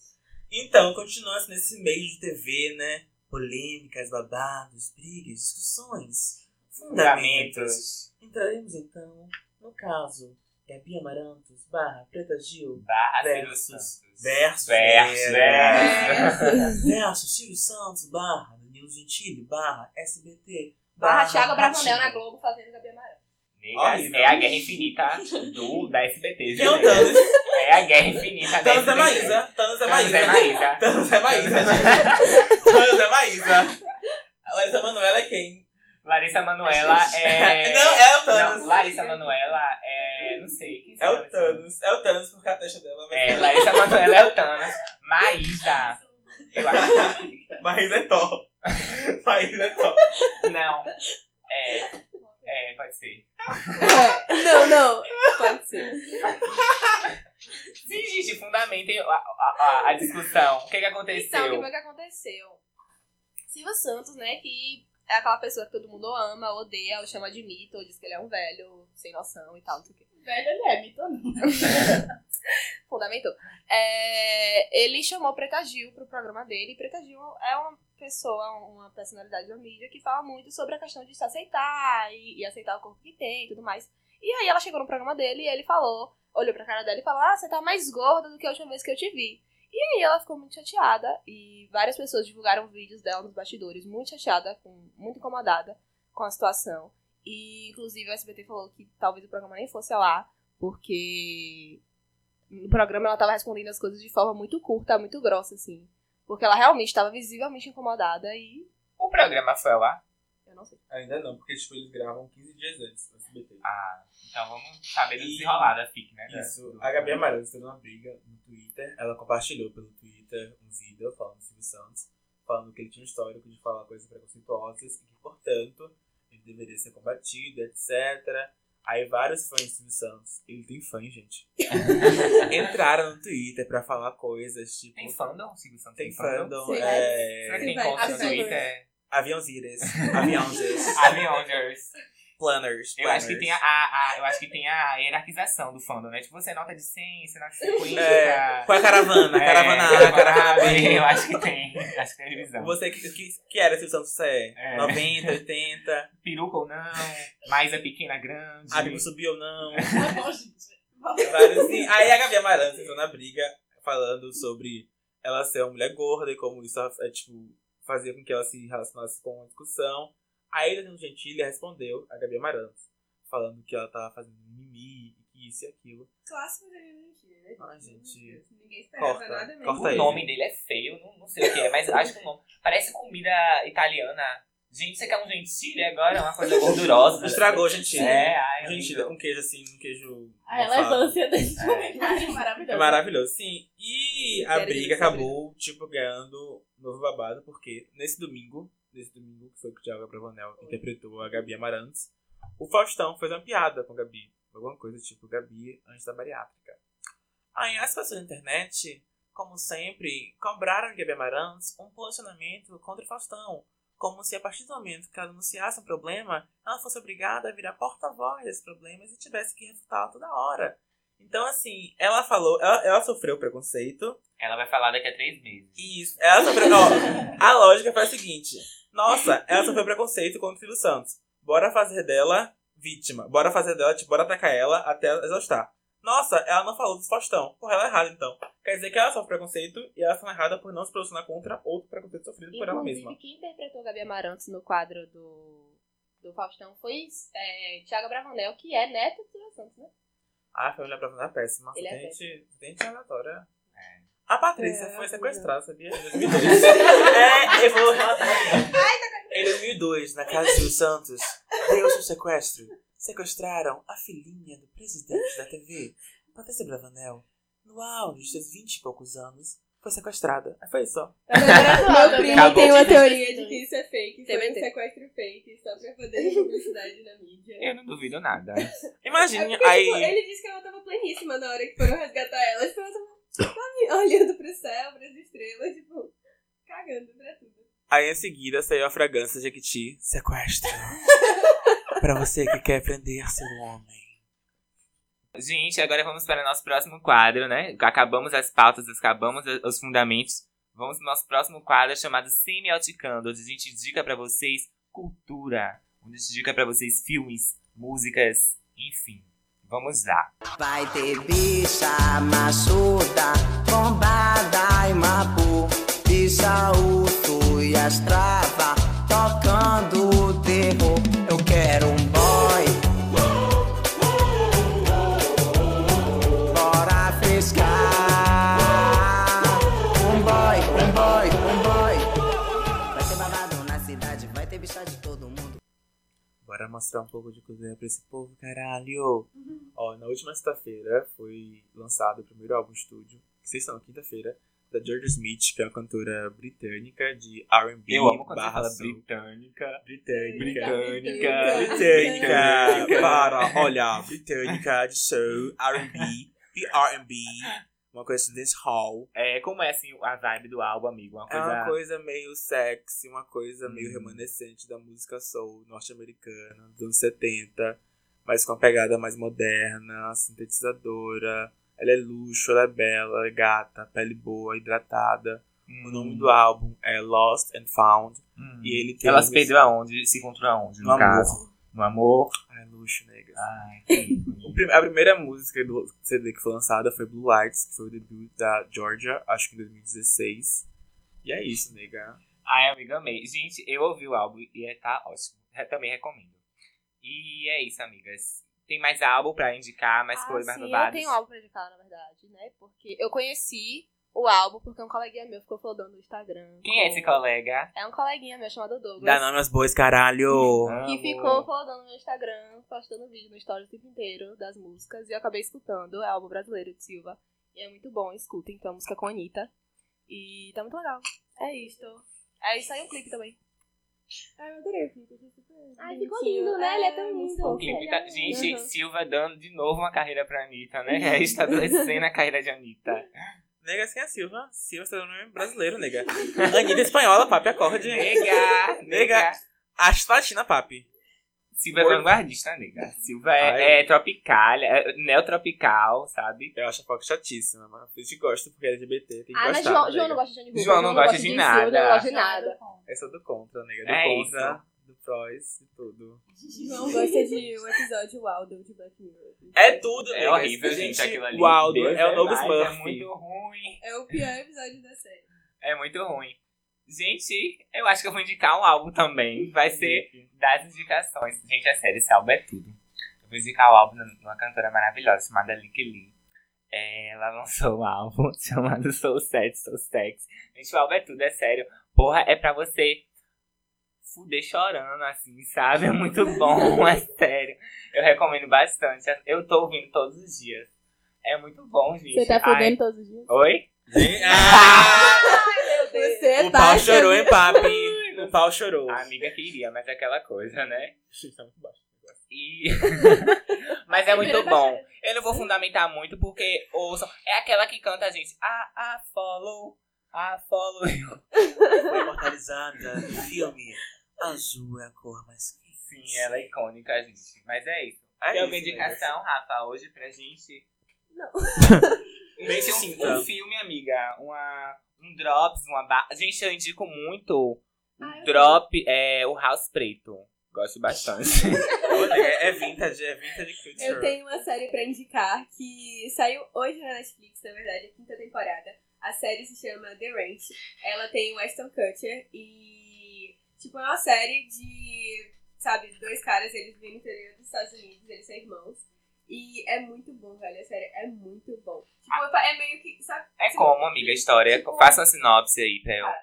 [SPEAKER 4] Então, continuando nesse meio de TV, né? Polêmicas, babados, brigas, discussões, fundamentos.
[SPEAKER 6] Fundamentos.
[SPEAKER 4] Entraremos então no caso Gabi Amarantos barra Preta Gil
[SPEAKER 6] Barra
[SPEAKER 4] Versus.
[SPEAKER 6] Silvio Santos.
[SPEAKER 4] versus
[SPEAKER 6] Versus.
[SPEAKER 4] É.
[SPEAKER 6] é. Versus.
[SPEAKER 4] versus Silvio Santos barra Danilo Gentili barra SBT
[SPEAKER 8] Barra Thiago Bravanel né? na
[SPEAKER 4] Ratinho.
[SPEAKER 8] Globo fazendo Gabi Amaral.
[SPEAKER 6] Nega, É a guerra infinita do, da SBT.
[SPEAKER 4] Quem é o
[SPEAKER 6] viu, nega?
[SPEAKER 4] Thanos?
[SPEAKER 6] É a guerra infinita da
[SPEAKER 4] Thanos é
[SPEAKER 6] SBT.
[SPEAKER 4] Maísa.
[SPEAKER 6] Thanos
[SPEAKER 4] Thanos é
[SPEAKER 6] é
[SPEAKER 4] Maísa.
[SPEAKER 6] Maísa.
[SPEAKER 4] Thanos é Maísa. gente. Thanos é Maísa. A Larissa Manoela é quem?
[SPEAKER 6] Larissa Manoela é.
[SPEAKER 10] Não, é o Thanos.
[SPEAKER 6] Não, Larissa Manoela é. Não sei. Quem
[SPEAKER 10] É
[SPEAKER 6] sabe
[SPEAKER 10] o
[SPEAKER 6] essa mulher?
[SPEAKER 10] Thanos. É o Thanos porque a testa dela
[SPEAKER 6] É,
[SPEAKER 10] vai
[SPEAKER 6] Larissa Manoela é o Thanos. Maísa. Eu acho.
[SPEAKER 10] Mas é top. Mas é top.
[SPEAKER 6] Não. É. É, pode ser.
[SPEAKER 8] Não, não. É. Pode ser.
[SPEAKER 6] Sim, gente, fundamentem a, a, a- a discussão. O que, que
[SPEAKER 8] Então, o que
[SPEAKER 6] aconteceu?
[SPEAKER 8] foi que aconteceu? Silvio Santos, né, que é aquela pessoa que todo mundo ama, odeia, ou chama de mito, ou diz que ele é um velho, sem noção e tal, não sei o quê.
[SPEAKER 9] Velho, ele é, mito não.
[SPEAKER 8] fundamentou. É, ele chamou Preta Gil pro programa dele. E Preta Gil é uma pessoa, uma personalidade da mídia que fala muito sobre a questão de se aceitar e, e aceitar o corpo que tem e tudo mais. E aí ela chegou no programa dele e ele falou, olhou pra cara dela e falou: Ah, você tá mais gorda do que a última vez que eu te vi. E aí ela ficou muito chateada e várias pessoas divulgaram vídeos dela nos bastidores, muito chateada, com- muito incomodada com a situação. E inclusive o SBT falou que talvez o programa nem fosse ao ar, porque no programa ela tava respondendo as coisas de forma muito curta, muito grossa, assim. Porque ela realmente tava visivelmente incomodada e.
[SPEAKER 6] O programa foi ao ar.
[SPEAKER 8] Eu não sei.
[SPEAKER 4] Ainda não, porque tipo, eles gravam 15 dias antes no SBT.
[SPEAKER 6] Ah, então vamos saber do desenrolar da FIC, né? da-
[SPEAKER 4] Isso,
[SPEAKER 6] do-
[SPEAKER 4] a Gabi Amarantos teve uma briga no Twitter. Ela compartilhou pelo Twitter um vídeo falando do Silvio Santos, falando que ele tinha um histórico de falar coisas preconceituosas e que, portanto, ele deveria ser combatido, etc. Aí vários fãs do Silvio Santos, ele tem fãs, gente, entraram no Twitter pra falar coisas tipo.
[SPEAKER 6] Tem fandom, Silvio Santos?
[SPEAKER 4] Tem fandom,
[SPEAKER 9] Sim.
[SPEAKER 6] Será que
[SPEAKER 4] é,
[SPEAKER 6] tem
[SPEAKER 9] Sim, vai.
[SPEAKER 6] conta no
[SPEAKER 9] Absurdo.
[SPEAKER 6] Twitter?
[SPEAKER 4] aviãozires, aviãozes,
[SPEAKER 6] Avengers.
[SPEAKER 4] planners,
[SPEAKER 6] Eu acho que tem a,
[SPEAKER 4] planners.
[SPEAKER 6] a- a- eu acho que tem a hierarquização do fandom, né? Tipo, você é nota de 100, você é nota de 50.
[SPEAKER 4] É, qual é a caravana? caravana A, caravana B.
[SPEAKER 6] Eu acho que tem. Acho que tem a divisão.
[SPEAKER 4] Você que, que, que era Silvio Santos? Você é,
[SPEAKER 6] É.
[SPEAKER 4] 90, 80,
[SPEAKER 6] Peruca ou não, mais a pequena grande.
[SPEAKER 4] a Bíblia subiu ou não?
[SPEAKER 9] Tá bom, gente.
[SPEAKER 4] Vários, assim. Aí a Gabi Amarantos entrou na briga falando sobre ela ser uma mulher gorda e como isso é, tipo, fazia com que ela se relacionasse com a discussão. Aí ele, Gentili, respondeu a Gabi Amarantos, falando que ela tava fazendo mimimi, que isso e aquilo.
[SPEAKER 5] Clássico da energia, né?
[SPEAKER 4] Ai,
[SPEAKER 5] Meu
[SPEAKER 4] gente.
[SPEAKER 5] Deus, Ninguém esperava
[SPEAKER 4] Corta,
[SPEAKER 5] nada mesmo.
[SPEAKER 4] corta
[SPEAKER 6] O
[SPEAKER 4] aí.
[SPEAKER 6] nome dele é feio, não, não sei o que é, mas eu acho que o nome. Parece comida italiana. Gente, você quer um gentile agora? Uma coisa gordurosa.
[SPEAKER 4] Estragou, Gentili.
[SPEAKER 6] É, ai,
[SPEAKER 4] Gentili,
[SPEAKER 6] horrível.
[SPEAKER 4] um queijo assim, um queijo.
[SPEAKER 9] A
[SPEAKER 5] Ah,
[SPEAKER 4] mofado.
[SPEAKER 9] relevância desse comentário é
[SPEAKER 4] É
[SPEAKER 9] maravilhosa.
[SPEAKER 4] maravilhoso, sim. E a
[SPEAKER 8] Série de briga.
[SPEAKER 4] briga acabou, tipo, ganhando novo babado, porque nesse domingo, nesse domingo, que foi que o Thiago Bravanel interpretou a Gabi Amarantos, o Faustão fez uma piada com a Gabi. Alguma coisa tipo, Gabi antes da bariátrica. Aí as pessoas na internet, como sempre, cobraram de Gabi Amarantos um posicionamento contra o Faustão. Como se a partir do momento que ela anunciasse um problema, ela fosse obrigada a virar porta-voz desses problemas e tivesse que refutá-lo toda hora. Então, assim, ela falou, ela, ela sofreu preconceito.
[SPEAKER 6] Ela vai falar daqui a três meses.
[SPEAKER 4] E isso, ela sofreu. ó, a lógica foi a seguinte: Nossa, ela sofreu preconceito contra o Silvio Santos. Bora fazer dela vítima. Bora fazer dela, tipo, bora atacar ela até ela exaustar. Nossa, ela não falou do Faustão. Porra, ela é errada então. Quer dizer que ela sofre preconceito e ela foi errada por não se posicionar contra outro preconceito sofrido por ela mesma.
[SPEAKER 8] Inclusive, quem interpretou Gabi Amarantos no quadro do, do Faustão foi é, Thiago Bravanel, que é neto do Silvio Santos, né?
[SPEAKER 4] Ah, foi olhar pra é péssima.
[SPEAKER 8] Ele é
[SPEAKER 4] Gente, gente aleatória. A Patrícia
[SPEAKER 8] É,
[SPEAKER 4] foi
[SPEAKER 8] amiga.
[SPEAKER 4] sequestrada, sabia? Em 2002. é, eu vou relatar.
[SPEAKER 5] tá
[SPEAKER 4] Em 2002, na casa de Silvio Santos, deu-se um sequestro. Sequestraram a filhinha do presidente da TV, Patrícia Bravanel. No auge de seus 20 e poucos anos, foi sequestrada. Aí Foi só.
[SPEAKER 5] Meu primo
[SPEAKER 6] Acabou.
[SPEAKER 5] tem uma teoria de que isso é fake, foi um
[SPEAKER 8] TBT.
[SPEAKER 5] sequestro fake, só pra poder publicidade na mídia.
[SPEAKER 6] Eu não duvido nada.
[SPEAKER 5] É
[SPEAKER 4] Imagine,
[SPEAKER 5] porque, tipo,
[SPEAKER 4] aí...
[SPEAKER 5] ele disse que ela tava pleníssima na hora que foram resgatar ela. Então ela tava sabe, olhando pro céu, pras estrelas, tipo, cagando pra tudo.
[SPEAKER 4] Aí em seguida saiu a fragrância Jequiti, sequestro. pra você que quer prender seu homem.
[SPEAKER 6] Gente, agora vamos para o nosso próximo quadro, né? Acabamos as pautas, acabamos os fundamentos. Vamos para o nosso próximo quadro chamado Semioticando, onde a gente indica para vocês cultura, onde a gente indica para vocês filmes, músicas, enfim. Vamos lá.
[SPEAKER 1] Vai ter bicha machuda, bombada e mapu, bicha urso e as trava, tocando o terror. Eu quero um boy. Bora frescar. Um boy, um boy, um boy. Vai ter babado na cidade, vai ter bicha de todo mundo.
[SPEAKER 4] mostrar um pouco de coisa pra esse povo, caralho. Ó, na última sexta-feira foi lançado o primeiro álbum de estúdio, que vocês estão, quinta-feira, da Georgia Smith, que é uma cantora britânica de R&B
[SPEAKER 6] Eu amo quando você
[SPEAKER 4] barra
[SPEAKER 6] fala
[SPEAKER 4] soul.
[SPEAKER 6] britânica.
[SPEAKER 4] Britânica.
[SPEAKER 6] Britânica.
[SPEAKER 4] Britânica. Para, olha, britânica de soul, R&B, e R&B, uma coisa de dance hall.
[SPEAKER 6] É, como é assim a vibe do álbum, amigo? Uma
[SPEAKER 4] É
[SPEAKER 6] coisa.
[SPEAKER 4] uma coisa meio sexy, uma coisa
[SPEAKER 6] Hum.
[SPEAKER 4] meio remanescente da música soul norte-americana dos anos 70, mas com uma pegada mais moderna, sintetizadora. Ela é luxo, ela é bela, é gata, pele boa, hidratada. O nome do álbum é Lost and Found.
[SPEAKER 6] Hum.
[SPEAKER 4] E ele tem
[SPEAKER 6] Elas
[SPEAKER 4] um-
[SPEAKER 6] perderam aonde? Se encontrou aonde? No,
[SPEAKER 4] No amor.
[SPEAKER 6] caso. No amor.
[SPEAKER 4] Ai, É luxo, nega.
[SPEAKER 6] Ai, que lindo.
[SPEAKER 4] O prim- A primeira música do CD que foi lançada foi Blue Lights, que foi o debut da Georgia, acho que em 2016. E é isso, nega.
[SPEAKER 6] Ai, amiga, amei. Gente, eu ouvi o álbum e é- tá ótimo. Re- também recomendo. E é isso, amigas. Tem mais álbum pra indicar, mais coisas, mais
[SPEAKER 8] Ah, sim, eu
[SPEAKER 6] babados.
[SPEAKER 8] tenho um álbum pra indicar, na verdade, né? Porque eu conheci o álbum porque um coleguinha meu ficou flodando no Instagram.
[SPEAKER 6] Quem é
[SPEAKER 8] com-
[SPEAKER 6] esse colega?
[SPEAKER 8] É um coleguinha meu chamado Douglas.
[SPEAKER 4] Dá nome aos bois, caralho!
[SPEAKER 8] Que
[SPEAKER 6] Amo.
[SPEAKER 8] ficou flodando no Instagram, postando vídeo no story o tempo inteiro das músicas. E eu acabei escutando. É álbum brasileiro de Silva. E é muito bom, escutem. Tem uma música com a Anitta. E tá muito legal. É isto. É isso aí, um clipe também.
[SPEAKER 5] Ai, eu adorei o clipe. achei super
[SPEAKER 8] Ai, ficou
[SPEAKER 5] bonitinho.
[SPEAKER 8] lindo, né? Ele é tão
[SPEAKER 5] Ai,
[SPEAKER 8] lindo.
[SPEAKER 5] muito
[SPEAKER 6] O clipe
[SPEAKER 5] fofo.
[SPEAKER 6] tá- Gente,
[SPEAKER 8] Uhum.
[SPEAKER 6] Silva dando de novo uma carreira pra Anitta, né? Estabelecendo a carreira de Anitta.
[SPEAKER 4] Nega, assim é a Silva. Silva está nome brasileiro, nega. Anitta espanhola, papi, acorde.
[SPEAKER 6] Nega!
[SPEAKER 4] Nega. Astro Latina, papi.
[SPEAKER 6] Silva é
[SPEAKER 4] Oi.
[SPEAKER 6] vanguardista, nega. Silva é,
[SPEAKER 4] Ai.
[SPEAKER 6] é tropical, é neotropical, sabe?
[SPEAKER 4] Eu acho a Fox chatíssima, mas a gente gosta porque é LGBT, tem que
[SPEAKER 8] Ah,
[SPEAKER 4] gostar.
[SPEAKER 8] mas João,
[SPEAKER 4] né,
[SPEAKER 8] João não
[SPEAKER 4] nega?
[SPEAKER 8] gosta de Johnny
[SPEAKER 6] tá
[SPEAKER 8] Hooker.
[SPEAKER 6] João não gosta de nada.
[SPEAKER 8] Silva, não gosta
[SPEAKER 9] Tá
[SPEAKER 8] de nada.
[SPEAKER 4] É só do contra, nega. Do
[SPEAKER 6] É
[SPEAKER 4] contra, do prós, de tudo.
[SPEAKER 5] João gosta de um episódio Waldo de Black Mirror.
[SPEAKER 4] É tudo,
[SPEAKER 6] É
[SPEAKER 4] nega.
[SPEAKER 6] horrível, gente, aquilo ali.
[SPEAKER 4] O Aldo
[SPEAKER 6] Deus
[SPEAKER 4] é o novo
[SPEAKER 6] mais,
[SPEAKER 4] Smurf.
[SPEAKER 6] É muito ruim.
[SPEAKER 5] É o pior episódio da série.
[SPEAKER 6] É muito ruim. Gente, eu acho que eu vou indicar um álbum também. Vai ser das indicações. Gente, é sério, esse álbum é tudo. Eu vou indicar o álbum de uma cantora maravilhosa chamada Lick Lee. É, Ela lançou um álbum chamado Soul Set, Soul Sex. Gente, o álbum é tudo, é sério. Porra, é pra você fuder chorando, assim, sabe? É muito bom, é sério. Eu recomendo bastante. Eu tô ouvindo todos os dias. É muito bom, gente.
[SPEAKER 9] Você tá
[SPEAKER 6] Ai.
[SPEAKER 9] fudendo todos os dias?
[SPEAKER 6] Oi?
[SPEAKER 9] Você
[SPEAKER 4] ah, o pau
[SPEAKER 9] tá
[SPEAKER 4] chorou, hein, papi? O pau chorou.
[SPEAKER 6] A amiga queria, mas é aquela coisa, né? E... mas é muito
[SPEAKER 5] Primeira
[SPEAKER 6] bom. Eu não vou fundamentar muito porque ouçam. É aquela que canta a gente. Ah, ah, follow. Ah, follow.
[SPEAKER 4] Foi imortalizada no filme. Azul é a cor mais
[SPEAKER 6] Sim, ela é icônica, gente. Mas é isso.
[SPEAKER 4] É
[SPEAKER 6] Tem alguma
[SPEAKER 4] isso,
[SPEAKER 6] indicação, Rafa, hoje pra gente?
[SPEAKER 5] Não.
[SPEAKER 6] Gente, um-
[SPEAKER 4] sucinta.
[SPEAKER 6] um, filme, amiga. Uma, um Drops, uma ba... Gente, eu indico muito o
[SPEAKER 5] Ah, eu
[SPEAKER 6] Drop, é, o House Preto. Gosto bastante.
[SPEAKER 4] nega. É é vintage, é vintage culture.
[SPEAKER 5] Eu tenho uma série pra indicar que saiu hoje na Netflix, na verdade, a quinta temporada. A série se chama The Ranch. Ela tem o Aston Kutcher e, tipo, é uma série de, sabe, dois caras, eles vivem no interior dos Estados Unidos, eles são irmãos. E é muito bom, velho, a série é muito bom. Tipo, é meio que, sabe,
[SPEAKER 6] É como, amiga, a história.
[SPEAKER 5] Tipo-
[SPEAKER 6] Faça uma sinopse aí pra eu.
[SPEAKER 5] Tá,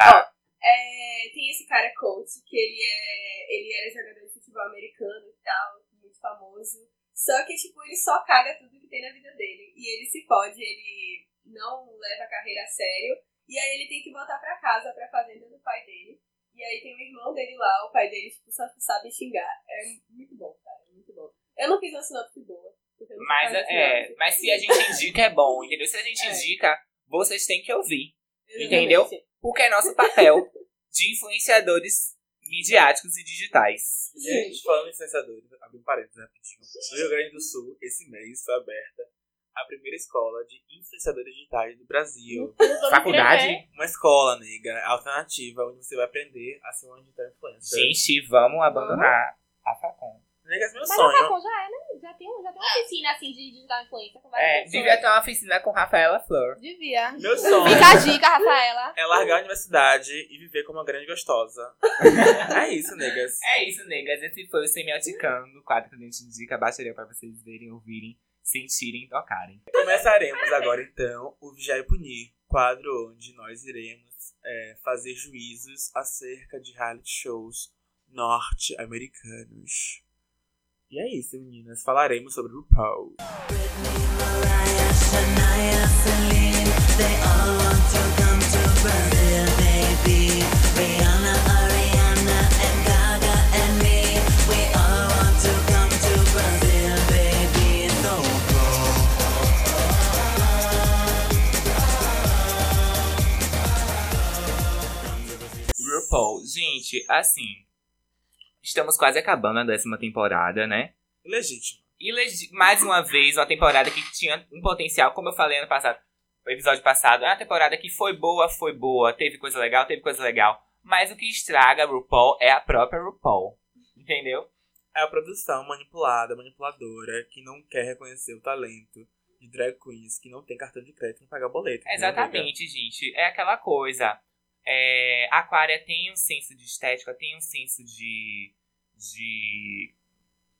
[SPEAKER 6] Tá.
[SPEAKER 5] É, tem esse cara coach que ele é ele era jogador de futebol americano e tal, muito famoso. Só que tipo ele só caga tudo que tem na vida dele e ele se pode, ele não leva a carreira a sério e aí ele tem que voltar pra casa pra fazenda do pai dele. E aí tem o irmão dele lá, o pai dele tipo só sabe xingar. É muito bom, cara, é muito bom. Eu não fiz uma sinopse boa. porque eu não sei
[SPEAKER 6] Mas,
[SPEAKER 5] fazer
[SPEAKER 6] é,
[SPEAKER 5] sinopse.
[SPEAKER 6] mas se a gente indica, é bom, entendeu? Se a gente
[SPEAKER 5] É.
[SPEAKER 6] indica, vocês têm que ouvir.
[SPEAKER 5] Exatamente.
[SPEAKER 6] entendeu? Porque é nosso papel de influenciadores midiáticos e digitais.
[SPEAKER 4] Gente, falando em licenciadores, abri um parênteses rapidinho. No Rio Grande do Sul, esse mês foi aberta a primeira escola de influenciadores digitais do Brasil.
[SPEAKER 6] Faculdade?
[SPEAKER 4] Uma escola, nega, alternativa, onde você vai aprender a ser uma digital influencer.
[SPEAKER 6] Gente, vamos abandonar a Facom.
[SPEAKER 4] Nega, esse é meu
[SPEAKER 8] Mas a
[SPEAKER 4] sonho.
[SPEAKER 8] Facom já é, né? Já tem, um- já tem uma oficina assim de digital influencer com várias
[SPEAKER 6] É,
[SPEAKER 8] pessoas.
[SPEAKER 6] devia ter uma oficina com Rafaela Flor.
[SPEAKER 9] Devia.
[SPEAKER 4] Meu sonho
[SPEAKER 9] Fica a dica, Rafaela.
[SPEAKER 4] é largar a universidade e viver como uma grande gostosa. é isso, negas.
[SPEAKER 6] É isso, negas. Esse foi o Semioticando, o quadro que a gente indica. Baixaria pra vocês verem, ouvirem, sentirem, tocarem.
[SPEAKER 4] Começaremos agora, então, o Vigiar e Punir, quadro onde nós iremos é, fazer juízos acerca de reality shows norte-americanos. E é isso, meninas. Falaremos sobre o RuPaul.
[SPEAKER 6] RuPaul. Gente, assim. Estamos quase acabando a décima temporada, né?
[SPEAKER 4] Legítimo.
[SPEAKER 6] E legi- mais uma vez, uma temporada que tinha um potencial, como eu falei ano passado, no episódio passado, é uma temporada que foi boa, foi boa, teve coisa legal, teve coisa legal. Mas o que estraga a RuPaul é a própria RuPaul. Entendeu?
[SPEAKER 4] É a produção manipulada, manipuladora, que não quer reconhecer o talento de drag queens, que não tem cartão de crédito pra pagar boleto. né, amiga?
[SPEAKER 6] Exatamente, gente. É aquela coisa. É, a Aquária tem um senso de estética, tem um senso de. de.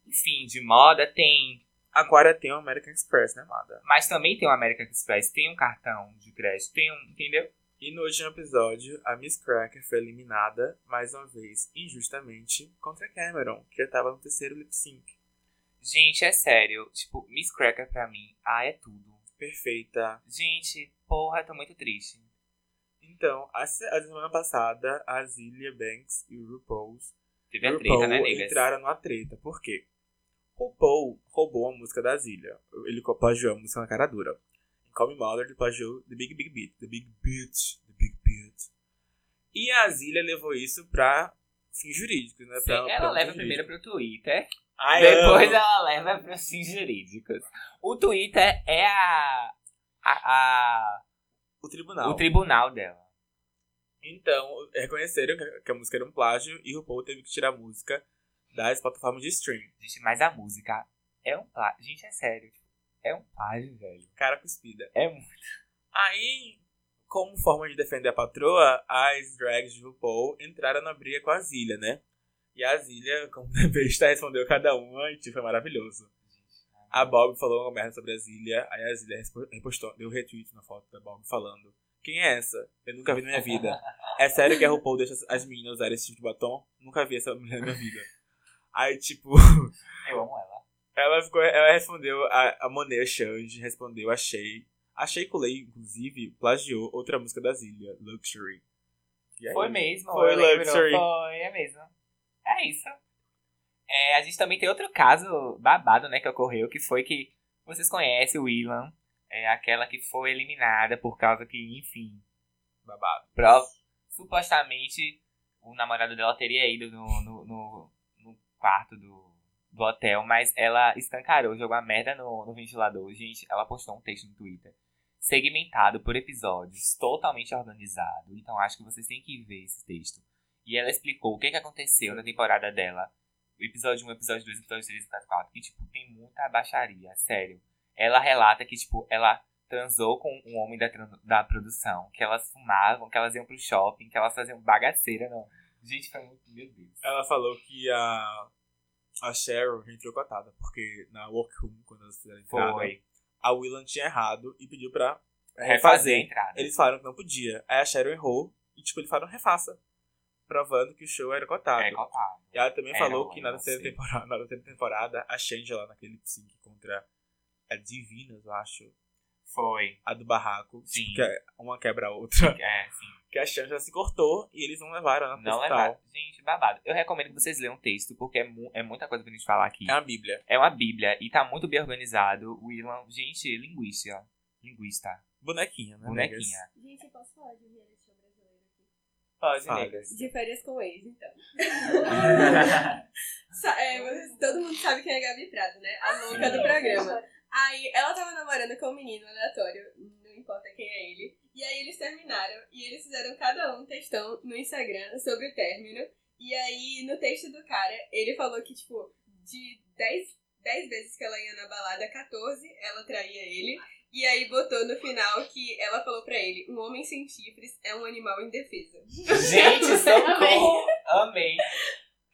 [SPEAKER 6] enfim, de moda, tem.
[SPEAKER 4] Aquária tem o American Express, né, amada?
[SPEAKER 6] Mas também tem o American Express, tem um cartão de crédito, tem um. entendeu?
[SPEAKER 4] E no último episódio, a Miss Cracker foi eliminada, mais uma vez, injustamente, contra a Cameron, que já tava no terceiro lip sync.
[SPEAKER 6] Gente, é sério. Tipo, Miss Cracker pra mim, ah, é tudo.
[SPEAKER 4] Perfeita.
[SPEAKER 6] Gente, porra, tô muito triste.
[SPEAKER 4] Então, a, se- a semana passada, a Zilia Banks e o RuPaul's
[SPEAKER 6] Teve a
[SPEAKER 4] RuPaul
[SPEAKER 6] treta, né, negas?
[SPEAKER 4] entraram numa treta. Por quê? RuPaul roubou a música da Zilia. Ele co- plagiou a música na cara dura. Em Come Mother, ele plagiou The Big Big Beat. The Big Beat. The Big Beat. E a Zilia levou isso pra fins jurídicos, Ah, né?
[SPEAKER 6] Sim,
[SPEAKER 4] pra, pra
[SPEAKER 6] ela
[SPEAKER 4] um
[SPEAKER 6] leva
[SPEAKER 4] fim
[SPEAKER 6] primeiro
[SPEAKER 4] jurídico.
[SPEAKER 6] pro Twitter,
[SPEAKER 10] Ai,
[SPEAKER 6] depois
[SPEAKER 10] amo.
[SPEAKER 6] ela leva para os fins jurídicos. O Twitter é a- a, a
[SPEAKER 4] o tribunal.
[SPEAKER 6] O tribunal dela.
[SPEAKER 4] Então, reconheceram que- que a música era um plágio e RuPaul teve que tirar a música das plataformas de streaming.
[SPEAKER 6] Gente, mas a música é um plágio. Gente, é sério. É um plágio, velho.
[SPEAKER 4] Cara cuspida.
[SPEAKER 6] É um...
[SPEAKER 4] Aí, como forma de defender a patroa, as drags de RuPaul entraram na briga com a Zilia, né? E a Zilia, como besta, respondeu cada uma e tipo, foi maravilhoso. A Bob falou uma merda sobre a Zilia, aí a Zilia respo- repostou, deu um retweet na foto da Bob falando Quem é essa? Eu nunca vi na minha vida. É sério que a RuPaul deixa as- as meninas usarem esse tipo de batom? Nunca vi essa mulher na minha vida. Aí, tipo,
[SPEAKER 6] Eu amo ela.
[SPEAKER 4] ela, ficou, ela respondeu a, a Monet Change, respondeu a Shay. A Shay Coley, inclusive, plagiou outra música da Zillia, Luxury. E aí?
[SPEAKER 6] Foi mesmo.
[SPEAKER 4] Foi
[SPEAKER 6] eu lembro.
[SPEAKER 4] luxury.
[SPEAKER 6] Foi, é mesmo. É isso. É, a gente também tem outro caso babado, né, que ocorreu, que foi que vocês conhecem o Ilan, é aquela que foi eliminada por causa que, enfim, babado. Pro- supostamente o namorado dela teria ido no, no, no- no quarto do, do hotel, mas ela escancarou, jogou a merda no, no ventilador. Gente, ela postou um texto no Twitter segmentado por episódios, totalmente organizado. Então acho que vocês têm que ver esse texto. E ela explicou o que, que aconteceu na temporada dela. O episódio 1, episódio 2, episódio 3, episódio 4. Que, tipo, tem muita baixaria, sério. Ela relata que, tipo, ela transou com um homem da, tran- da produção. Que elas fumavam, que elas iam pro shopping, que elas faziam bagaceira, não. Gente, foi muito... Meu Deus.
[SPEAKER 4] Ela falou que a, a Cheryl já entrou cotada, porque na Workroom, quando elas fizeram a entrada,
[SPEAKER 6] Foi.
[SPEAKER 4] a Willan tinha errado e pediu pra
[SPEAKER 6] Refazer a
[SPEAKER 4] refazer.
[SPEAKER 6] entrada.
[SPEAKER 4] Eles falaram que não podia. Aí a Cheryl errou e, tipo, eles falaram refaça. Provando que o show era cotado.
[SPEAKER 6] É, cotado.
[SPEAKER 4] E ela também
[SPEAKER 6] Era
[SPEAKER 4] falou
[SPEAKER 6] um
[SPEAKER 4] que na
[SPEAKER 6] ano,
[SPEAKER 4] terceira,
[SPEAKER 6] sim.
[SPEAKER 4] temporada, na terceira temporada, a Shangela, naquele sync contra a Divinas, eu acho,
[SPEAKER 6] Foi.
[SPEAKER 4] a do barraco,
[SPEAKER 6] Sim.
[SPEAKER 4] tipo, que é uma quebra a outra,
[SPEAKER 6] É, sim.
[SPEAKER 4] que a Shangela se cortou e eles não levaram ela pro
[SPEAKER 6] Não é
[SPEAKER 4] hospital.
[SPEAKER 6] babado. Gente, babado. Eu recomendo que vocês leiam o texto, porque é, mu- é muita coisa pra gente falar aqui.
[SPEAKER 4] É uma bíblia.
[SPEAKER 6] É uma bíblia e tá muito bem organizado. O Ilan, gente, linguista. Linguista.
[SPEAKER 4] Bonequinha, né?
[SPEAKER 6] Bonequinha.
[SPEAKER 5] Gente, eu posso falar de um reality show brasileiro aqui?
[SPEAKER 6] Pode,
[SPEAKER 4] Fala.
[SPEAKER 6] é, negas.
[SPEAKER 5] De férias com ex, então. Sa- é, mas todo mundo sabe quem é a Gabi Prado, né? A louca do programa. Aí ela tava namorando com um menino aleatório, não importa quem é ele. E aí eles terminaram e eles fizeram cada um um textão no Instagram sobre o término. E aí no texto do cara, ele falou que, tipo, de 10, 10 vezes que ela ia na balada, 14 ela traía ele. E aí botou no final que ela falou pra ele: um homem sem chifres é um animal indefeso.
[SPEAKER 6] Gente, socorro! Amei.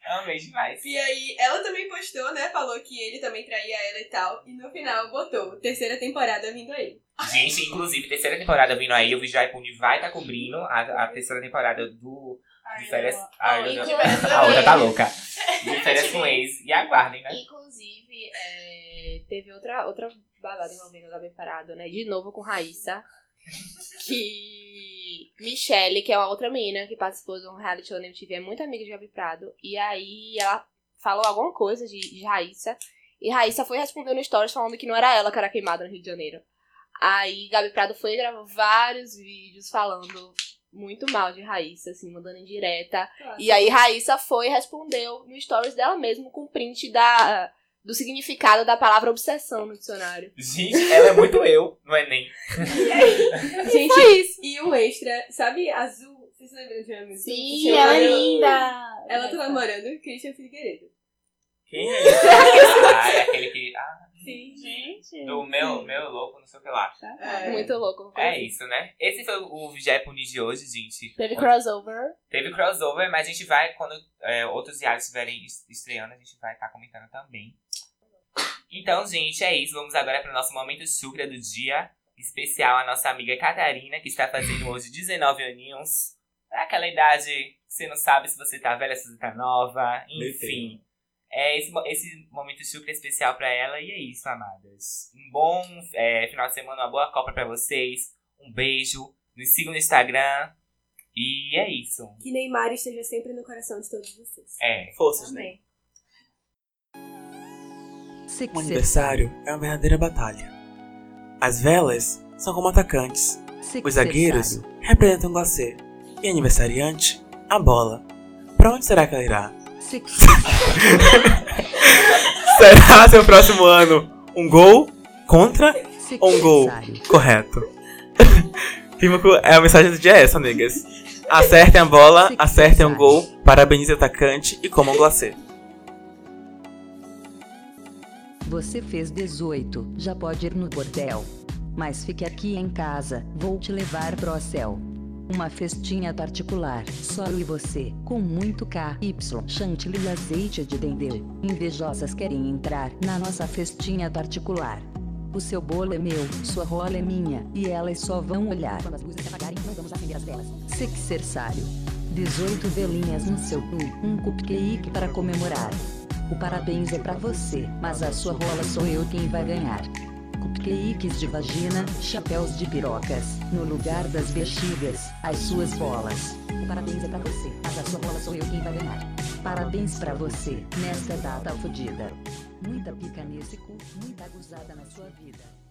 [SPEAKER 6] Amei demais.
[SPEAKER 5] E aí, ela também postou, né? Falou que ele também traía ela e tal. E no final botou, terceira temporada vindo aí.
[SPEAKER 6] tá Gente, inclusive, terceira temporada vindo aí, o Vijay Puni vai estar cobrindo a, a terceira temporada do De férias.
[SPEAKER 9] Ah,
[SPEAKER 6] Ai, meu Deus.
[SPEAKER 9] inclusive-
[SPEAKER 6] A outra tá louca. De férias com ex. E aguardem, né?
[SPEAKER 8] Inclusive, é, teve outra, outra balada envolvendo o Gabi Parado, né? De novo com Raíssa. Que Michelle, que é uma outra menina que participou de um reality show na MTV, é muito amiga de Gabi Prado. E aí ela falou alguma coisa de, de Raíssa. E Raíssa foi respondendo stories falando que não era ela que era queimada no Rio de Janeiro. Aí Gabi Prado foi e gravou vários vídeos falando muito mal de Raíssa, assim, mandando indireta. E aí Raíssa foi e respondeu no stories dela mesma com print da, do significado da palavra obsessão no dicionário.
[SPEAKER 6] Gente, ela é muito eu no Enem.
[SPEAKER 5] Gente,
[SPEAKER 8] Foi isso.
[SPEAKER 5] e o extra, sabe, azul? Vocês lembram de uma música?
[SPEAKER 9] Sim, ela é linda.
[SPEAKER 5] Ela tá namorando o Christian Figueiredo.
[SPEAKER 6] Quem é esse? Ah, é aquele que. Ah,
[SPEAKER 5] Sim,
[SPEAKER 9] Gente.
[SPEAKER 6] do meu, meu louco, não sei o que lá.
[SPEAKER 5] É.
[SPEAKER 8] Muito louco.
[SPEAKER 6] É isso, né? Esse foi o Japone de hoje, gente.
[SPEAKER 9] Teve crossover.
[SPEAKER 6] Teve crossover, mas a gente vai, quando é, outros diários estiverem es- estreando, a gente vai estar comentando também. Então, gente, é isso. Vamos agora para o nosso momento chucra do dia. Especial a nossa amiga Catarina, que está fazendo hoje 19 aninhos. É aquela idade que você não sabe se você tá velha, se você tá nova. Enfim. É esse, mo- esse momento chucra especial para ela. E é isso, amadas. Um bom é, final de semana, uma boa Copa para vocês. Um beijo. Nos sigam no Instagram. E é isso.
[SPEAKER 5] Que Neymar esteja sempre no coração de todos vocês.
[SPEAKER 6] É.
[SPEAKER 4] Forças, né? Um aniversário é uma verdadeira batalha. As velas são como atacantes. Os zagueiros representam você. E aniversariante, a bola. Pra onde será que ela irá? será seu próximo ano um gol contra ou um gol correto? Firma com- é a mensagem do dia é essa, negas. Acertem a bola, acertem um gol, parabenize o atacante e comam glacê.
[SPEAKER 2] Você fez 18, já pode ir no bordel. Mas fique aqui em casa, vou te levar pro céu. Uma festinha particular, só eu e você, com muito KY, chantilly e azeite de dendê. Invejosas querem entrar na nossa festinha particular. O seu bolo é meu, sua rola é minha, e elas só vão olhar. Quando as luzes se apagarem, não vamos acender as velas. Sexersário. 18 velinhas no seu cu, um cupcake para comemorar. O parabéns é pra você, mas a sua rola sou eu quem vai ganhar. Cupcakes de vagina, chapéus de pirocas, no lugar das bexigas, as suas bolas. O parabéns é pra você, mas a sua rola sou eu quem vai ganhar. Parabéns pra você, nesta data fodida. Muita pica nesse cu, muita gozada na sua vida.